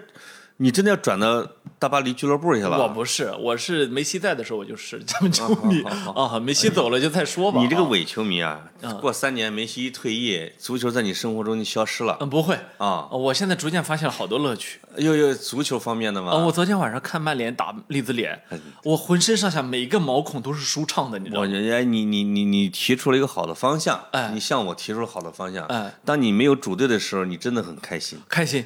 S1: 你真的要转到大巴黎俱乐部去
S2: 我
S1: 了？
S2: 不是，我是梅西在的时候我就是 咱们球 迷
S1: 好好
S2: 啊，梅西走了就再说吧。
S1: 你这个
S2: 啊
S1: 伪球迷啊！
S2: 嗯
S1: 过三年梅西一退役，足球在你生活中就消失了
S2: 嗯不会，
S1: 啊！
S2: 我现在逐渐发现了好多乐趣。
S1: 又有足球方面的
S2: 啊！
S1: 吗？
S2: 我昨天晚上看曼联打利兹联，
S1: 嗯
S2: 我浑身上下每一个毛孔都是舒畅的，你知道
S1: 我
S2: 吗？
S1: 觉得哎你你你你提出了一个好的方向
S2: 哎，
S1: 你向我提出了好的方向
S2: 哎。
S1: 当你没有主队的时候，你真的很开心，
S2: 开 心。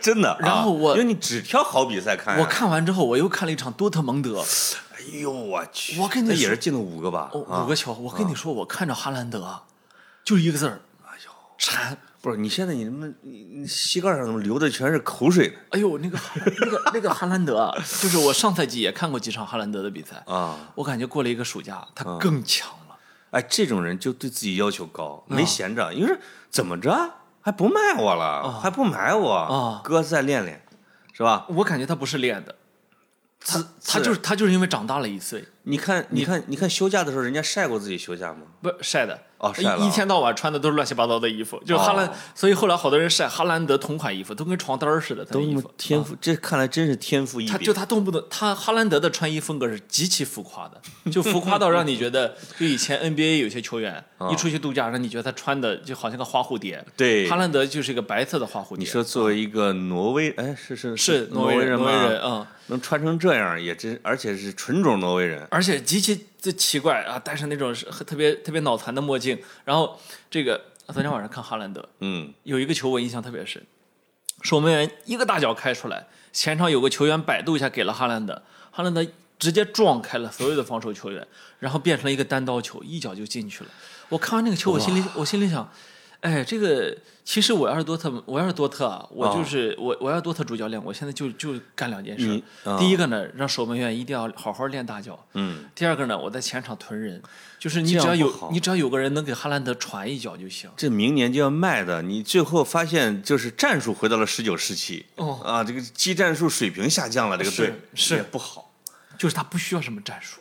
S1: 真的啊。
S2: 然后我
S1: 因为你只挑好比赛看呀，啊
S2: 我看完之后，我又看了一场多特蒙德，
S1: 哎呦我去，
S2: 我跟你
S1: 那
S2: 说
S1: 也是进了五个吧？
S2: 哦，
S1: 啊
S2: 五个球。我跟你说，我看着哈兰德，就一个字儿，哎呦，馋。
S1: 不是，你现在你他妈你你膝盖上怎么流的全是口水呢？
S2: 哎呦，那个那个那个哈兰德，就是我上赛季也看过几场哈兰德的比赛，
S1: 啊，
S2: 我感觉过了一个暑假，他更强了。
S1: 哎，这种人就对自己要求高，
S2: 啊
S1: 没闲着。你说怎么着还不卖我了，还不买我
S2: 啊
S1: 哥再练练，是吧？
S2: 我感觉他不是练的，他他
S1: 是
S2: 就是他就是因为长大了一岁，
S1: 你看，你看，你看休假的时候，人家晒过自己休假吗？
S2: 不是晒的呃
S1: 哦晒了啊
S2: 一一天到晚穿的都是乱七八糟的衣服，就是哈兰，
S1: 哦
S2: 所以后来好多人晒哈兰德同款衣服，都跟床单儿似的，他的
S1: 都他
S2: 衣
S1: 妈
S2: 服。
S1: 天赋，啊这看来真是天赋异
S2: 他
S1: 禀。
S2: 就他动不动，他哈兰德的穿衣风格是极其浮夸 的，就浮夸到让你觉得，就以前 NBA 有些球员一出去度假，让你觉得他穿的就好像个花蝴蝶。
S1: 哦对
S2: 哈兰德就是一个白色的花蝴
S1: 你
S2: 蝶。
S1: 说作为一个挪威，哎，是是
S2: 是
S1: 挪
S2: 挪威
S1: 人
S2: 挪
S1: 吗？
S2: 威人，嗯，
S1: 能穿成这样也真，而且是纯种挪威人。
S2: 而且极其这奇怪啊，戴上那种是特别特别脑残的墨镜，然后这个昨天晚上看哈兰德，
S1: 嗯，
S2: 有一个球我印象特别深，守门员一个大脚开出来，前场有个球员摆渡一下给了哈兰德，哈兰德直接撞开了所有的防守球员，然后变成了一个单刀球，一脚就进去了。我看完那个球，我心里我心里想，哎，这个其实我要是多特，我要是多特啊，我就是、我我要是多特主教练，我现在就就干两件事
S1: 你，啊
S2: 第一个呢，让守门员一定要好好练大脚，嗯，第二个呢，我在前场囤人，就是你
S1: 这样
S2: 只要
S1: 不
S2: 有
S1: 好
S2: 你只要有个人能给哈兰德传一脚就行。
S1: 这明年就要卖的，你最后发现就是战术回到了十九世纪，
S2: 哦
S1: 啊，这个技战术水平下降了，这个
S2: 是
S1: 队
S2: 是
S1: 也不好。
S2: 就是他不需要什么 战术，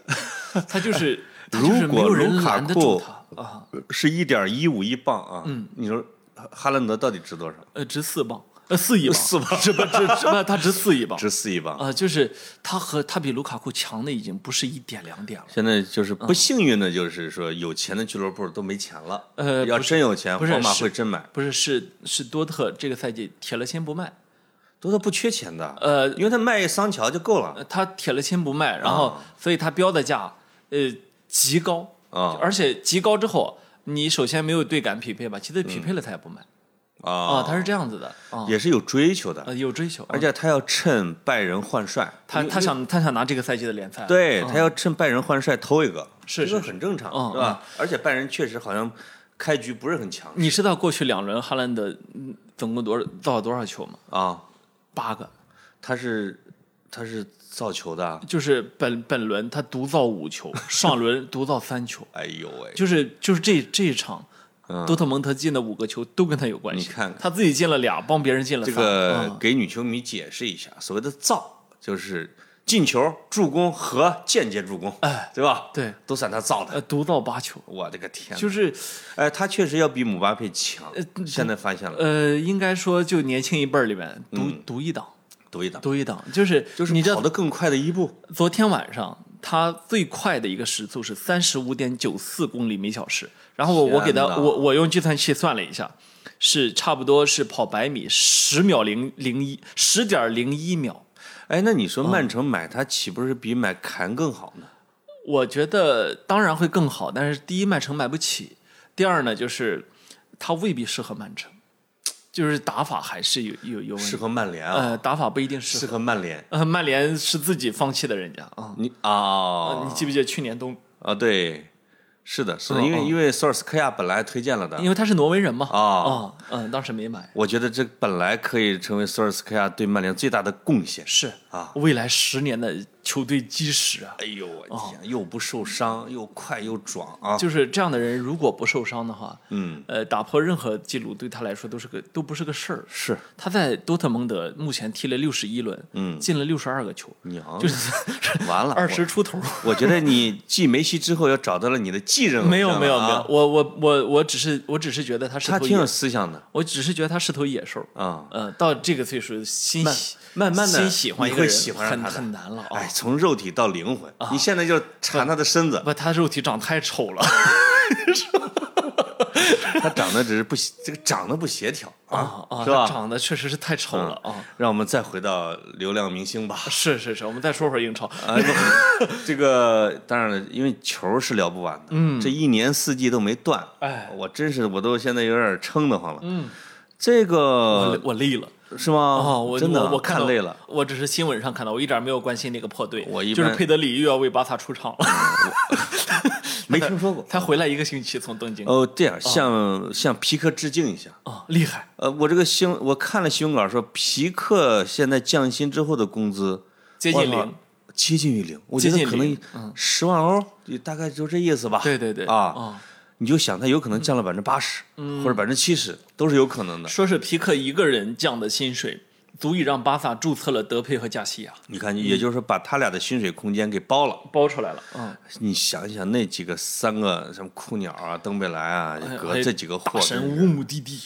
S2: 他就是他
S1: 如
S2: 就是没有
S1: 果
S2: 人
S1: 卢卡
S2: 拦得住
S1: 库
S2: 他啊，
S1: 是一点一五一磅啊，
S2: 嗯
S1: 你说哈哈兰德到底值多少？
S2: 呃，值四磅，呃，四一磅，
S1: 四磅
S2: 值不值 值不他值四一磅，
S1: 值四一磅。
S2: 啊，就是他和他比卢卡库强的已经不是一点两点了，
S1: 现在就是不幸运的，就是说有钱的俱乐部都没钱了。
S2: 呃
S1: 要
S2: 不是
S1: 真有钱，
S2: 不是
S1: 皇马
S2: 是
S1: 会真买。
S2: 不是是是多特这个赛季铁了心不卖，
S1: 多特不缺钱的，
S2: 呃，
S1: 因为他卖桑乔就够了。
S2: 他铁了心不卖，然后所以他标的价呃极高
S1: 啊
S2: 而且极高之后。你首先没有对感匹配吧，其次匹配了他也不卖啊，
S1: 嗯啊，
S2: 他是这样子的啊，
S1: 也是有追求的，
S2: 呃有追求，
S1: 而且他要趁拜仁换帅，
S2: 他
S1: 因为
S2: 他想他想拿这个赛季的联赛，
S1: 对他要趁拜仁换帅偷一个，
S2: 嗯是
S1: 这个很正常，
S2: 嗯嗯
S1: 是吧？而且拜仁确实好像开局不是很强
S2: 你知道过去两轮哈兰德嗯总共多少造了多少球吗？
S1: 啊，
S2: 八个，
S1: 他是他是造球的，
S2: 就是本本轮他独造五球，上轮独造三球，
S1: 哎呦喂，
S2: 就是就是这这一场，多特蒙德进的五个球都跟他有关
S1: 嗯
S2: 系。
S1: 你看看
S2: 他自己进了俩，帮别人进了
S1: 这
S2: 仨。
S1: 个
S2: 嗯
S1: 给女球迷解释一下，所谓的造就是进球、助攻和间接助攻，
S2: 哎，
S1: 对吧？
S2: 对，
S1: 都算他造的。
S2: 呃，独造八球，
S1: 我的个天！
S2: 就是
S1: 哎，他确实要比姆巴佩强，现在发现了，
S2: 呃，应该说就年轻一辈儿里面独独一档，
S1: 赌一档，
S2: 独一档，就是
S1: 嗯就是
S2: 你知道
S1: 跑得更快的一步。
S2: 昨天晚上他最快的一个时速是三十五点九四公里每小时，然后我我给他
S1: 天哪
S2: 我我用计算器算了一下，是差不多是跑百米十秒零零一十点零一秒。
S1: 哎，那你说
S2: 嗯
S1: 曼城买他岂不是比买坎更好呢？
S2: 我觉得当然会更好，但是第一曼城买不起，第二呢就是他未必适合曼城，就是打法还是有有有问
S1: 适
S2: 题，
S1: 合曼联啊，
S2: 呃，打法不一定适
S1: 适
S2: 合。
S1: 合曼联。
S2: 呃，曼联是自己放弃的人家啊、
S1: 你啊
S2: 你记不记得去年冬，
S1: 啊，对，是的，是的，
S2: 嗯
S1: 因为
S2: 嗯
S1: 因为索尔斯克亚本来推荐了的
S2: 因，为他是挪威人嘛，啊、
S1: 哦
S2: 嗯、当时没买。
S1: 我觉得这本来可以成为索尔斯克亚对曼联最大的贡献。
S2: 是
S1: 啊，
S2: 未来十年的球队基石啊。
S1: 哎呦我天，又不受伤，又快又壮啊！
S2: 就是这样的人，如果不受伤的话，
S1: 嗯，
S2: 呃，打破任何记录对他来说都是个都不是个事儿。
S1: 是
S2: 他在多特蒙德目前踢了六十一轮，
S1: 嗯
S2: 进了六十二个球，
S1: 娘，
S2: 就是
S1: 完了
S2: 二十 出头。
S1: 我。我觉得你继梅西之后，要找到了你的继任偶像
S2: 没有没有
S1: 了啊
S2: 没有，，我我我我只是我只是觉得他是
S1: 他
S2: 头
S1: 挺有
S2: 野，
S1: 思想的
S2: 我只是觉得他是头野兽。
S1: 啊。
S2: 呃，到这个岁数，心喜
S1: 慢慢地
S2: 心喜欢一个
S1: 你会
S2: 人
S1: 喜欢上
S2: 很
S1: 他的
S2: 很难了啊
S1: 哎，。从肉体到灵魂，你现在就馋他的身子，
S2: 不，他肉体长得太丑了。
S1: 他长得只是不协这个长得不协调
S2: 啊啊，
S1: 是吧嗯
S2: 他长得确实是太 丑了啊！
S1: 让我们再回到流量明星吧。
S2: 是是是，我们再说会儿英超。
S1: 啊，不 这个当然了，因为球是聊不完的，嗯，这一年四季都没断，
S2: 哎，
S1: 我真是我都现在有点撑得慌了，嗯，这个
S2: 我我累了
S1: 是吗？
S2: 啊！我
S1: 哦真的
S2: 我我
S1: 看
S2: 到
S1: 累了，，
S2: 我只是新闻上看到，我一点没有关心那个破队。
S1: 我一
S2: 就是
S1: 般
S2: 佩德里又要为巴萨出场了，
S1: 没听说 过。
S2: 才回来一个星期从东京
S1: 哦，这样向向皮克致敬一下。
S2: 啊，厉害！
S1: 呃，我这个新我看了新闻稿说，皮克现在降薪之后的工资
S2: 接近，
S1: 我
S2: 零
S1: 操接近于零，我觉
S2: 接
S1: 得
S2: 近
S1: 可
S2: 零嗯
S1: 能十万欧，也大概就这意思吧。
S2: 对对对
S1: 啊，
S2: 啊嗯
S1: 你就想他有可能降了百分之八十，或者百分之七十，都是有可能的。
S2: 说是皮克一个人降的薪水，足以让巴萨注册了德佩和加西亚，
S1: 你看，也就是说把他俩的薪水空间给包了。
S2: 包出来了。嗯，
S1: 你想一想，那几个三个什么库鸟啊、登贝莱啊，
S2: 哎还有
S1: 格这几个
S2: 大
S1: 货，
S2: 神乌姆蒂蒂，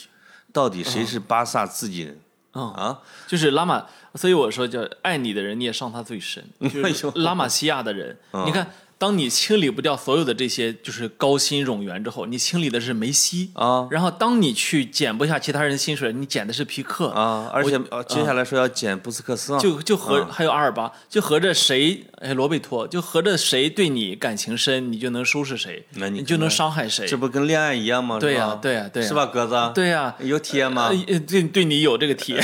S1: 到底谁是巴萨自己人
S2: 嗯
S1: 啊？
S2: 就是拉玛，所以我说叫爱你的人，你也伤他 最深。就是
S1: 哎呦嗯
S2: 拉玛西亚的 人，你看，当你清理不掉所有的这些就是高薪冗员之后，你清理的是梅西
S1: 啊
S2: 然后当你去减不下其他人的薪水，你减的是皮克，
S1: 啊！而且呃接下来说要减布斯克斯啊，
S2: 嗯就就合、还有阿尔巴，就合着谁哎罗贝托，就合着谁对你感情深，你就能收拾谁，
S1: 那你
S2: 你
S1: 可
S2: 就能
S1: 能
S2: 伤害谁。
S1: 这不跟恋爱一样吗？
S2: 对呀
S1: 是吧
S2: 对呀对呀
S1: 是吧，格子？
S2: 对呀、
S1: 有体验吗？
S2: 呃对对你有这 个体验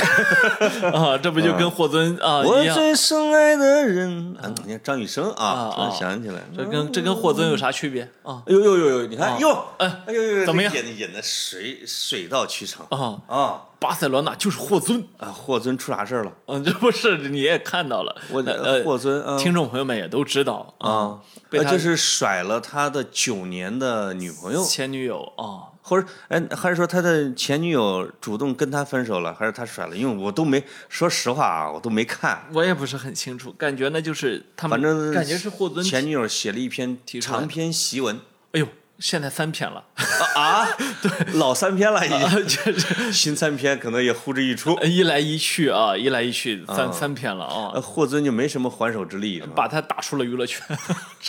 S2: 啊，这不就跟霍尊啊
S1: 我
S2: 一样？
S1: 最深爱的人，啊，你看张雨生啊
S2: 啊，
S1: 突然
S2: 啊
S1: 想起来了，
S2: 这跟这跟霍尊有啥区别啊？
S1: 哎呦呦呦呦，你看，哟，
S2: 哎
S1: 哎呦呦呦，
S2: 怎么样
S1: 这演的演的水水到渠成
S2: 啊，
S1: 啊
S2: 巴塞罗那就是霍尊，
S1: 啊！霍尊出啥事儿了？
S2: 嗯，这不是你也看到了，
S1: 我
S2: 呃，
S1: 霍尊啊
S2: 听众朋友们也都知道啊，
S1: 啊，
S2: 被
S1: 呃
S2: 他
S1: 就是甩了他的九年的女朋友，
S2: 前女友啊，
S1: 或者哎，还是说他的前女友主动跟他分手了，还是他甩了？因为我都没说实话啊，我都没看。
S2: 我也不是很清楚，感觉呢就是他
S1: 反
S2: 们，
S1: 正
S2: 感觉是霍尊，
S1: 前女友写了一篇
S2: 提出来
S1: 长篇檄文
S2: 哎呦，现在三篇了，
S1: 啊，对，老三篇了已经。
S2: 就是
S1: 新三篇可能也呼之欲出。
S2: 一来一去啊，一来一去三三篇了啊
S1: 呃，，霍尊就没什么还手之力，是吧
S2: 把他打出了娱乐圈。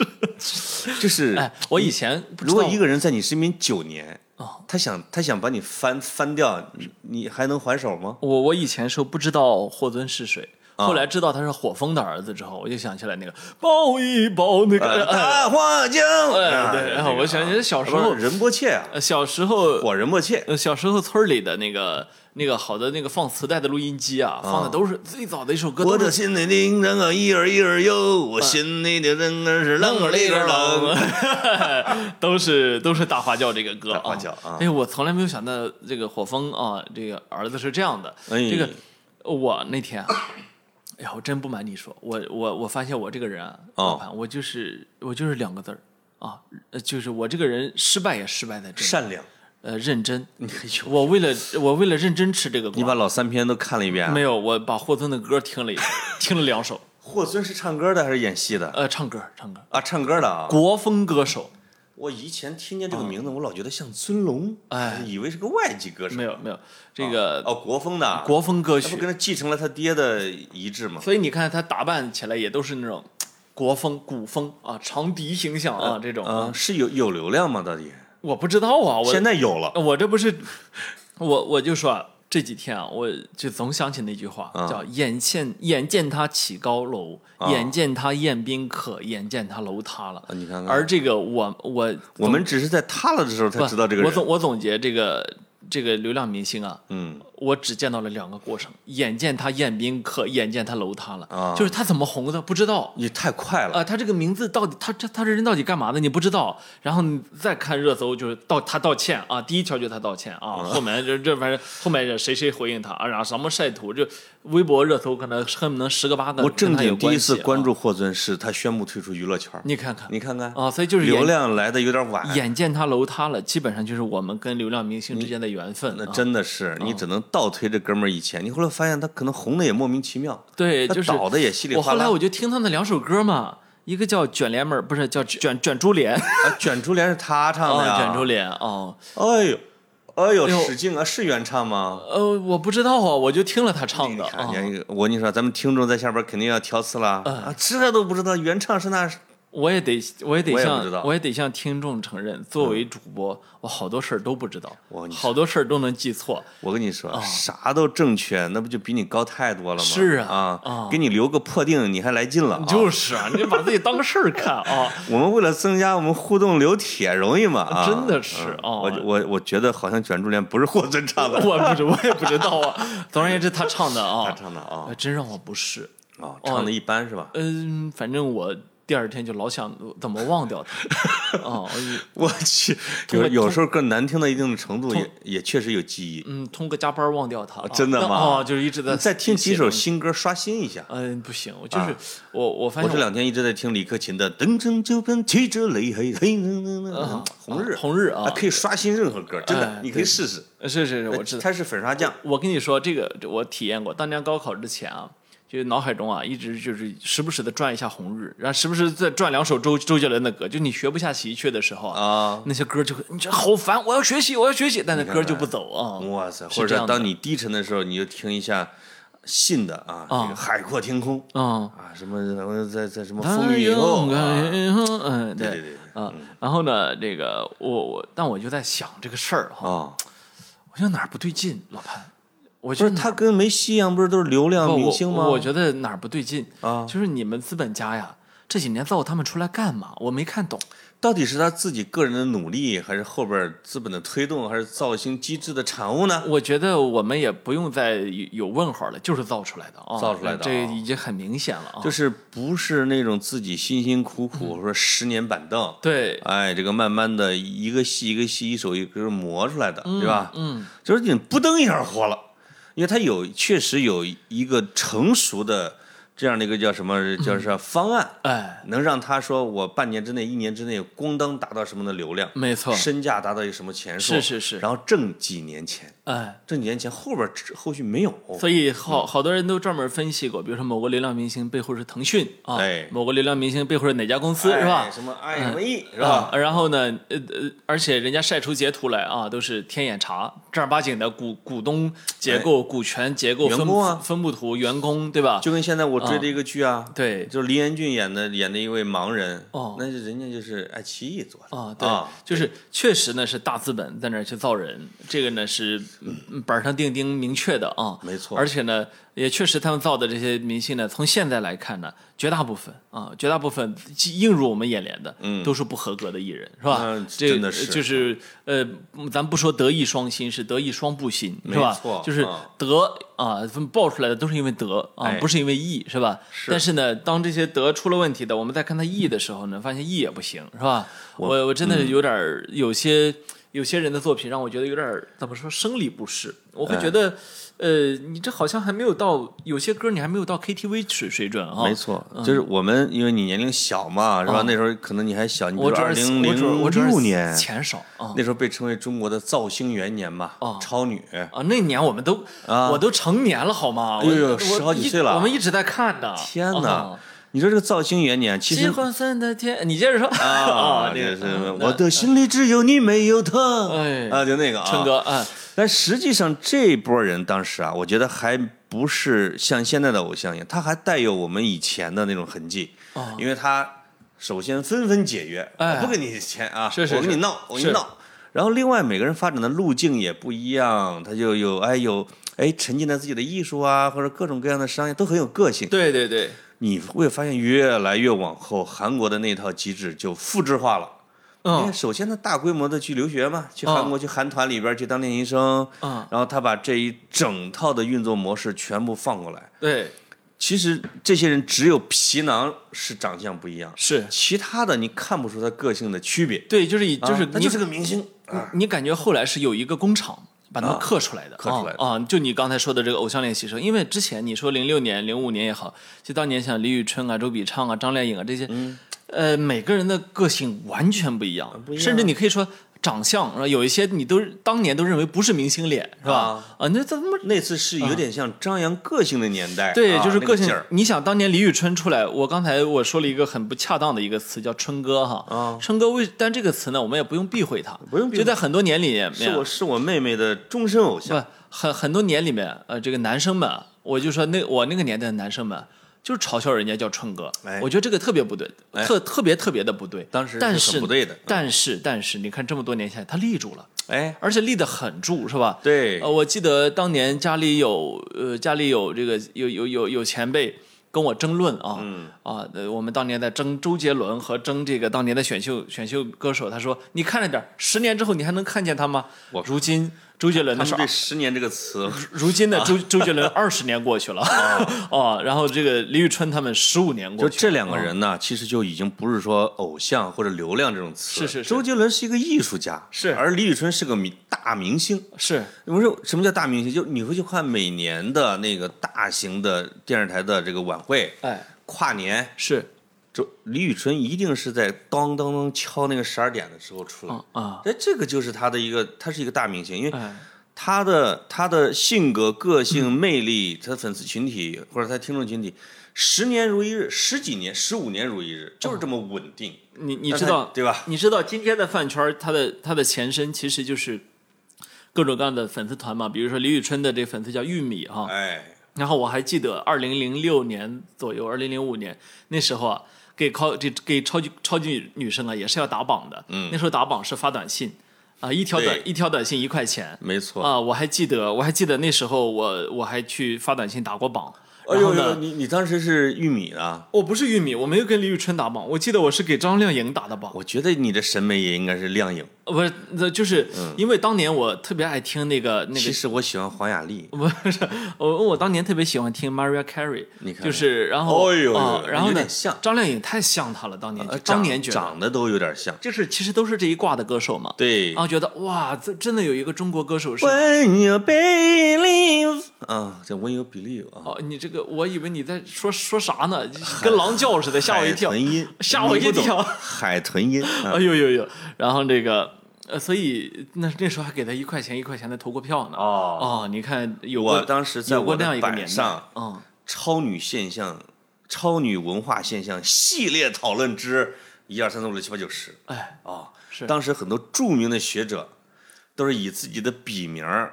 S1: 就是
S2: 哎，我以前不知
S1: 如
S2: 道
S1: 果一个人在你身边九年
S2: 哦，
S1: 他想他想把你翻翻掉，你你还能还手吗？
S2: 我我以前时候不知道霍尊是谁，
S1: 啊
S2: 后来知道他是火风的儿子之后，我就想起来那个抱一抱那个，哎
S1: 大花江，
S2: 哎
S1: 呃啊
S2: 对，然后我想起来小时
S1: 不
S2: 候
S1: 是，仁波切啊，
S2: 呃小时候
S1: 我仁波切，
S2: 呃小时候村里的那个那个好的那个放磁带的录音机啊，放的都是最早的一首歌，
S1: 我
S2: 都
S1: 的
S2: 是
S1: 心里铃铛啊，一儿一儿
S2: 呃
S1: 哟，我心里的铃铛是啷个里个啷。
S2: 都是都是大花轿这个歌啊，
S1: 大花轿啊
S2: 哎呦，我从来没有想到这个火风啊，这个儿子是这样的，
S1: 哎
S2: 这个我那天啊。哎呀，我真不瞒你说，我我我发现我这个人啊，
S1: 哦
S2: 老潘我就是我就是两个字儿啊，呃就是我这个人失败也失败在这里，
S1: 善良，
S2: 呃，认真。
S1: 哎呦，
S2: 我为了我为了认真吃这个
S1: 你
S2: 瓜，
S1: 把老三篇都看了一遍啊
S2: 没？有，我把霍尊的歌听了一 听了两首，
S1: 霍尊是唱歌的还是演戏的？
S2: 呃，唱歌唱歌，
S1: 啊，唱歌的啊。
S2: 国风歌手
S1: 我以前听见这个名字，我老觉得像尊龙，
S2: 啊哎
S1: 以为是个外籍歌手。
S2: 没有没有这个
S1: 哦，国风的，
S2: 国风歌
S1: 他不
S2: 曲，
S1: 跟他继承了他爹的遗志吗？
S2: 所以你看他打扮起来也都是那种国风古风啊，长笛形象啊这种
S1: 啊，是有有流量吗？到底
S2: 我不知道啊，我
S1: 现在有了
S2: 我这不是，我我就说啊这几天啊，我就总想起那句话，
S1: 嗯
S2: 叫“眼见眼见他起高楼，眼见他宴宾客，眼见他楼塌了
S1: 啊！”你看看，
S2: 而这个我我
S1: 我们只是在塌了的时候才
S2: 不
S1: 知道这个
S2: 我
S1: 人。
S2: 总我总结这个这个流量明星啊，
S1: 嗯，
S2: 我只见到了两个过程，眼见他宴宾客，眼见他楼塌了，
S1: 啊
S2: 就是他怎么红的不知道。
S1: 你太快了，
S2: 啊，他这个名字到底，他这他这人到底干嘛的？你不知道。然后你再看热搜，就是道他道歉啊，第一条就是他道歉啊，后面这这反正后面谁谁回应他啊，然后什么晒图，就微博热搜可能恨不得十个八个。
S1: 我正经第一次关
S2: 注，
S1: 注霍尊是他宣布退出娱乐圈儿，
S2: 啊你看看
S1: 你看看
S2: 啊，所以就是
S1: 流
S2: 眼
S1: 量来的有点晚，
S2: 眼见他楼塌了，基本上就是我们跟流量明星之间的缘分。
S1: 那
S2: 啊
S1: 真的是你只能倒推这哥们儿以前，你后来发现他可能红的也莫名其妙，
S2: 对，
S1: 他
S2: 就是
S1: 倒的也稀里
S2: 我
S1: 哗
S2: 后
S1: 啦
S2: 来。我就听他们两首歌嘛，一个叫《卷帘门》，不是叫卷《卷卷珠帘》
S1: 啊卷珠帘是他唱的
S2: 哦，
S1: 哎 呀，
S2: 卷珠帘哦，
S1: 哎呦，哎呦，
S2: 呦
S1: 使劲啊，是原唱吗？
S2: 呃，我不知道啊，我就听了他唱的
S1: 你看，
S2: 啊
S1: 你，看我跟你说，咱们听众在下边肯定要挑刺了
S2: 呃
S1: 啊，这都不知道原唱是那
S2: 我也得我也得
S1: 我也不知道
S2: 向我也得向听众承认，作为主播，我好多事儿都不知道
S1: 我跟，你
S2: 好多事儿都能记错，
S1: 我跟你说，啥都正确，那不就比你高太多了吗？
S2: 哦是
S1: 啊
S2: 啊，
S1: 给你留个破腚，你还来劲了啊？
S2: 就是啊，你把自己当个事儿看啊，
S1: 我们为了增加我们互动留帖，容易吗？啊，
S2: 真的是哦
S1: 我我我觉得好像卷珠帘不是霍尊唱的，
S2: 我不知我也不知道啊，总而言之，他唱的
S1: 他
S2: 啊，
S1: 唱的啊
S2: 还真让我不适，
S1: 啊，唱的一般是吧？
S2: 嗯，反正我第二天就老想怎么忘 掉他，哦，
S1: 我 去，
S2: 过
S1: 有有时候更难听到一定的程度，也也确实有记忆。
S2: 嗯，通过加班忘掉他，啊
S1: 真的
S2: 那
S1: 吗
S2: 哦，就是一直在
S1: 你再听几首
S2: 一起。
S1: 新歌刷新一下。
S2: 嗯，不行，我就是、
S1: 啊
S2: 我，我发
S1: 我
S2: 现
S1: 这两天一直在听李克勤的《登城就奔骑着雷黑黑》，嗯红日
S2: 啊红日
S1: 啊，
S2: 啊，
S1: 可以刷新任何歌，真的
S2: 哎，
S1: 你可以试试。
S2: 是是是，我知道。
S1: 哎他是粉刷匠，
S2: 我跟你说，这个我体验过，当年高考之前啊，就脑海中啊一直就是时不时的转一下红日，然后时不时再转两首周周杰伦的歌，就你学不下习去的时候
S1: 啊，嗯
S2: 那些歌就会你这好烦，我要学习，我要学习，但那歌就不走啊。
S1: 哇塞！
S2: 是
S1: 或者
S2: 这
S1: 说
S2: 样的
S1: 当你低沉的时候，你就听一下信的啊，这个海阔天空
S2: 嗯，哎
S1: 啊，什么呃在在什么风雨以后啊，
S2: 嗯，
S1: 对
S2: 对
S1: 对对
S2: 啊。然后呢，这个我我，但我就在想这个事儿哈，
S1: 啊，
S2: 我觉得哪儿不对劲，老潘，我
S1: 不
S2: 觉
S1: 是
S2: 得
S1: 他跟梅西一样，不是都是流量
S2: 不
S1: 明星吗？
S2: 我我觉得哪儿不对劲
S1: 啊
S2: 就是你们资本家呀，这几年造他们出来干嘛？我没看懂。
S1: 到底是他自己个人的努力，还是后边资本的推动，还是造型机制的产物呢？
S2: 我觉得我们也不用再有有问号了，就是造出来的啊，
S1: 造出来的啊
S2: 这已经很明显了啊。
S1: 就是是不是那种自己辛辛苦
S2: 嗯
S1: 苦，或者十年板凳，
S2: 对，
S1: 哎，这个慢慢的一个戏一个戏，一手一个手磨出来的，对吧？嗯，就是你扑腾一下火了，因为它有确实有一个成熟的这样的一个叫什么，
S2: 嗯
S1: 叫是方案，
S2: 哎，
S1: 能让他说我半年之内、一年之内咣当达到什么的流量，
S2: 没错，
S1: 身价达到一个什么钱数，
S2: 是是是
S1: 然后挣几年钱，
S2: 哎，
S1: 挣几年钱后边后续没有，
S2: 所以好好多人都专门分析过，比如说某个流量明星背后是腾讯啊，
S1: 哎
S2: 某个流量明星背后是哪家公司、
S1: 哎
S2: 是吧？
S1: 什么爱什么意是
S2: 啊
S1: 吧？，
S2: 然后呢，呃呃，而且人家晒出截图来啊，都是天眼查，正儿八经的股股东结构、股权结构、
S1: 哎员
S2: 分
S1: 工啊
S2: 布分布图、员工，对吧？
S1: 就跟现在我
S2: 嗯
S1: 追的一个剧啊，
S2: 对
S1: 就是黎元俊演的演的一位盲人，
S2: 哦
S1: 那是人家就是爱奇艺做的
S2: 啊，对，就是确实呢是大资本在那儿去造人，这个呢是嗯板上钉钉明确的啊，
S1: 没错
S2: 而且呢，也确实他们造的这些明星呢，从现在来看呢，绝大部分啊，绝大部分映入我们眼帘的，嗯，都是不合格的艺人，是吧？
S1: 嗯
S2: 这
S1: 真的是
S2: 就是呃，咱不说德艺双馨，是德艺双不馨，是吧？
S1: 没错
S2: 就是
S1: 啊
S2: 德啊，分爆出来的都是因为德啊，
S1: 哎
S2: 不是因为义，是吧？
S1: 是
S2: 但是呢，当这些德出了问题的，我们再看它义的时候呢，发现义也不行，是吧？我我真的
S1: 嗯
S2: 有点儿有些有些人的作品让我觉得有点儿怎么说生理不适，我会觉
S1: 哎
S2: 得。呃，你这好像还没有到，有些歌你还没有到 KTV 水水准啊。
S1: 没，错，就是我们因为你年龄小嘛，是吧？那时候可能你还小，你
S2: 哦我主
S1: 二
S2: 要是
S1: 零
S2: 我主要
S1: 零
S2: 我主要
S1: 六
S2: 是
S1: 年
S2: 钱少啊
S1: 那时候被称为中国的造星元年嘛，超女。
S2: 啊！那年我们都
S1: 啊
S2: 我都成年了好吗？
S1: 哎呦
S2: 我
S1: 十好几
S2: 我一
S1: 岁了
S2: 我们一直在看的。
S1: 天哪！
S2: 啊
S1: 你说这个造星元年，其
S2: 结
S1: 实
S2: 婚三的天，你接着说
S1: 啊，
S2: 这
S1: 这
S2: 个
S1: 个是
S2: 嗯
S1: 我的心里只有你没有他，
S2: 哎
S1: 啊，就那个啊，
S2: 春哥啊，
S1: 但实际上这波人当时啊，我觉得还不是像现在的偶像一样，他还带有我们以前的那种痕迹，因为他首先纷纷解约，
S2: 哦哎
S1: 我不跟你钱啊，
S2: 是是
S1: 我跟你
S2: 是
S1: 闹，我跟你
S2: 是
S1: 闹。然后另外每个人发展的路径也不一样，他就有哎有哎沉浸在自己的艺术啊，或者各种各样的商业都很有个性。
S2: 对对对，
S1: 你会发现越来越往后，韩国的那套机制就复制化了。
S2: 嗯
S1: 因为首先他大规模的去留学嘛，去韩国去韩团里边去当练习生，
S2: 嗯
S1: 然后他把这一整套的运作模式全部放过来。
S2: 对，
S1: 其实这些人只有皮囊是长相不一样，
S2: 是，
S1: 其他的你看不出他个性的区别。
S2: 对，就是以
S1: 啊
S2: 就是
S1: 他
S2: 你
S1: 就是个明星，
S2: 你感觉后来是有一个工厂把他们刻出来的，
S1: 啊刻出来的
S2: 啊啊就你刚才说的这个偶像练习生，因为之前你说零六年、零五年也好，就当年像李宇春啊、周笔畅啊、张靓颖啊这些，
S1: 嗯
S2: 呃，每个人的个性完全不一样，
S1: 啊
S2: 甚至你可以说长相，然后有一些你都当年都认为不是明星脸，是吧？啊
S1: 啊，
S2: 那怎么？
S1: 那次是有点像张扬个性的年代，
S2: 嗯对，
S1: 啊
S2: 就是个性。
S1: 那个劲儿
S2: 你想当年李宇春出来，我刚才我说了一个很不恰当的一个词，叫“春哥”哈。
S1: 啊
S2: 春哥为，但这个词呢，我们也不用避讳它，
S1: 不用避讳
S2: 就在很多年里面，
S1: 是我是我妹妹的终身偶像。
S2: 不，很很多年里面，呃，这个男生们，我就说那我那个年代的男生们，啊就是嘲笑人家叫春哥，
S1: 哎
S2: 我觉得这个特别不对，
S1: 哎
S2: 特特别特别的不对。
S1: 当时是
S2: 但
S1: 很
S2: 是
S1: 不对的嗯
S2: 但是但是，你看这么多年下来，他立住了，
S1: 哎，
S2: 而且立得很住，是吧？
S1: 对
S2: 呃，我记得当年家里有呃，家里有这个有有有有前辈跟我争论啊，
S1: 嗯
S2: 啊、呃，我们当年在争周杰伦和争这个当年的选秀选秀歌手，他说你看着点儿，十年之后你还能看见他吗？
S1: 我
S2: 如今周杰伦
S1: 他
S2: 的
S1: 们
S2: 事
S1: 对“十年”这个啊词，
S2: 如今的周周杰伦二十年过 去了， 哦，然后这个李宇春他们十五年过
S1: 就
S2: 去了，
S1: 这两个人呢，其实就已经不是说偶像或者流量这种词。
S2: 是是是
S1: 周杰伦是一个艺术家，
S2: 是
S1: 而李宇春是个明大明星。
S2: 是
S1: 我说什么叫大明星？就你会去看每年的那个大型的电视台的这个晚会，
S2: 哎
S1: 跨年，
S2: 是
S1: 周李宇春一定是在当当当敲那个十二点的时候出来。
S2: 啊啊
S1: 哎，这个就是他的一个，他是一个大明星，因为
S2: 哎
S1: 他的他的性格、个性、魅力，他的粉丝群体或者他听众群体，十年如一日，十几年、十五年如一日，就是这么稳定。
S2: 你哦你
S1: 但
S2: 知
S1: 他
S2: 道
S1: 对吧？
S2: 你知道今天的饭圈儿，它的它的前身其实就是各种各样的粉丝团嘛，比如说李宇春的这粉丝叫玉米哈、
S1: 哎，
S2: 然后我还记得二零零六年左右，二零零五年那时候啊，给超这给超级超级女生啊也是要打榜的，嗯，那时候打榜是发短信啊、一条短
S1: 对
S2: 一条短信一块钱，
S1: 没错。
S2: 啊，我还记得，我还记得那时候我我还去发短信打过榜，
S1: 哎
S2: 然
S1: 呦
S2: 后
S1: 呦，
S2: 呢，
S1: 你你当时是玉米啊？
S2: 我不是玉米，我没有跟李宇春打榜，我记得我是给张靓颖打的榜，
S1: 我觉得你的审美也应该是亮颖。
S2: 呃不是，那就是
S1: 嗯
S2: 因为当年我特别爱听那个那
S1: 其
S2: 个。
S1: 实我喜欢黄雅莉。
S2: 不是我，我当年特别喜欢听 Maria Carey，
S1: 你看
S2: 就是然后，
S1: 哎呦
S2: 啊
S1: 呦呦
S2: 然后
S1: 有
S2: 呢，
S1: 点像
S2: 张靓颖太像她了，当年、
S1: 呃
S2: 当
S1: 长
S2: 年觉得，哦
S1: 长得都有点像。
S2: 就是其实都是这一挂的歌手嘛，
S1: 对
S2: 然后觉得哇，这真的有一个中国歌手哦是
S1: ，When you believe 啊，这 When you believe 啊，
S2: 哦，你这个，我以为你在说说啥呢，跟狼叫似的，吓我一跳
S1: 海。豚音，
S2: 吓我一跳
S1: 你不懂海豚音，啊
S2: 哎呦呦呦！然后这个，呃，所以那那时候还给他一块钱一块钱的投过票呢。
S1: 哦
S2: 你看有过
S1: 我当时在
S2: 有
S1: 我
S2: 过那样
S1: 的
S2: 一个
S1: 板
S2: 年
S1: 上，
S2: 代，嗯，
S1: 超女现象、超女文化现象系列讨论之一二三四五六七八九十
S2: 哎，
S1: 啊，
S2: 是
S1: 当时很多著名的学者都是以自己的笔名儿，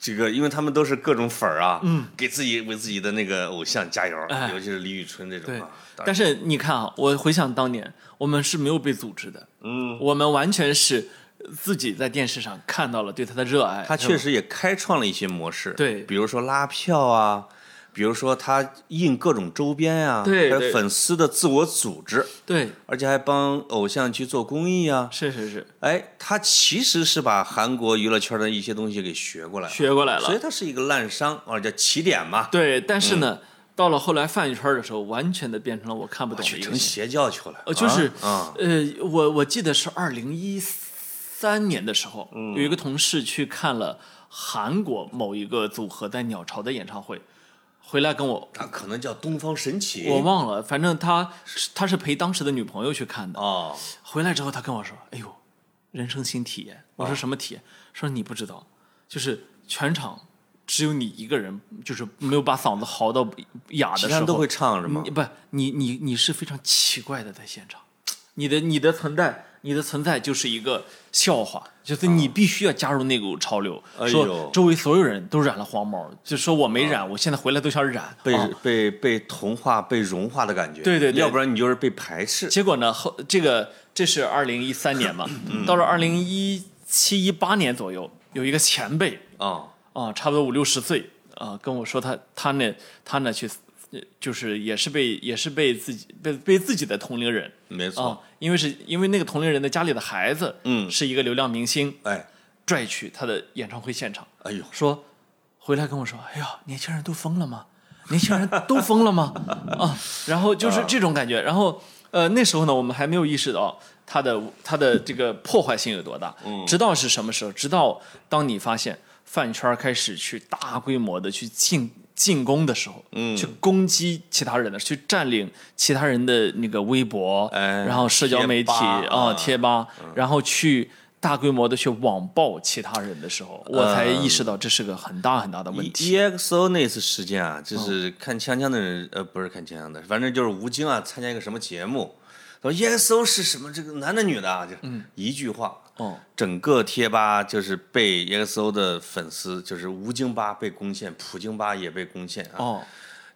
S1: 这个因为他们都是各种粉儿啊，嗯，给自己为自己的那个偶像加油，
S2: 哎
S1: 尤其是李宇春这种
S2: 对
S1: 啊，当
S2: 但是你看啊，我回想当年，我们是没有被组织的，嗯，我们完全是自己在电视上看到了对他的热爱。
S1: 他
S2: 是吧
S1: 确实也开创了一些模式，
S2: 对
S1: 比如说拉票啊，比如说他印各种周边呀、啊，
S2: 对
S1: 还
S2: 对
S1: 有粉丝的自我组织，
S2: 对，
S1: 而且还帮偶像去做公益啊。
S2: 是是是，
S1: 哎，他其实是把韩国娱乐圈的一些东西给学过来了，
S2: 学过来了
S1: 所以。他是一个烂商啊，叫起点嘛，
S2: 对，但是呢，
S1: 嗯
S2: 到了后来饭圈的时候，完全的变成了我看不懂的
S1: 啊去
S2: 一个
S1: 成
S2: 形象
S1: 邪教去了。
S2: 呃，就是，
S1: 啊，
S2: 呃，我我记得是二零一三年的时候，
S1: 嗯
S2: 有一个同事去看了韩国某一个组合在鸟巢的演唱会，回来跟我，
S1: 他可能叫东方神起。
S2: 我忘了，反正他他是陪当时的女朋友去看的，
S1: 哦，
S2: 回来之后他跟我说，哎呦，人生新体验，
S1: 哦
S2: 我说什么体验？说你不知道，就是全场。只有你一个人，就是没有把嗓子嚎到哑的
S1: 其
S2: 时候，嗯
S1: 他人都会唱是吗
S2: 你？不，你你你是非常奇怪的，在现场，你的你的存在，你的存在就是一个笑话，就是你必须要加入那股潮流，
S1: 哦哎呦啊
S2: 说周围所有人都染了黄毛，就说我没染，我现在回来都想染。
S1: 被、
S2: 啊
S1: 被被同化、被融化的感觉。
S2: 对对对
S1: 要不然你就是被排斥。
S2: 结果呢，后这个这是二零一三年嘛，
S1: 嗯
S2: 到了二零一七一八年左右，有一个前辈
S1: 啊、
S2: 啊，差不多五六十岁啊，跟我说他他呢他呢去呃就是也是被也是被自己被被自己的同龄人
S1: 没
S2: 啊、
S1: 错，
S2: 因为是因为那个同龄人的家里的孩子，
S1: 嗯
S2: 是一个流量明星，
S1: 哎，
S2: 拽去他的演唱会现场，
S1: 哎呦，
S2: 说回来跟我说，哎呀，年轻人都疯了吗？ 年轻人都疯了吗？啊，然后就是这种感觉。然后呃，那时候呢，我们还没有意识到它的它的这个破坏性有多大。
S1: 嗯
S2: 直到是什么时候？直到当你发现饭圈开始去大规模的去进。进攻的时候，
S1: 嗯
S2: 去攻击其他人的，去占领其他人的那个微博，
S1: 哎
S2: 然后社交媒体
S1: 贴吧
S2: 啊、
S1: 啊
S2: 贴吧，然后去大规模的去网暴其他人的时候，
S1: 嗯
S2: 我才意识到这是个很大很大的问
S1: E
S2: 题。哦
S1: E X O 那次事件啊，就是看锵锵的人，呃，不是看锵锵的，反正就是吴京啊，参加一个什么节目，说 E X O 是什么？这个男的女的啊，就一句话，
S2: 嗯哦，
S1: 整个贴吧就是被 E X O 的粉丝，就是吴京吧被攻陷，普京吧也被攻陷啊，
S2: 哦，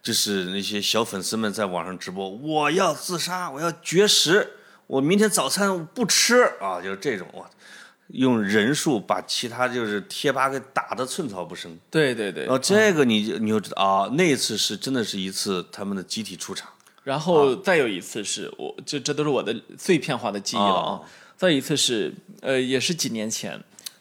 S1: 就是那些小粉丝们在网上直播，我要自杀，我要绝食，我明天早餐不吃啊，就是这种哇。用人数把其他就是贴吧给打得寸草不生，
S2: 对对对
S1: 然。后哦这个你就你就知道啊，那次是真的是一次他们的集体出场，
S2: 然
S1: 哦
S2: 后再有一次是我这这都是我的碎片化的记忆了啊
S1: 哦。
S2: 再有一次是呃也是几年前，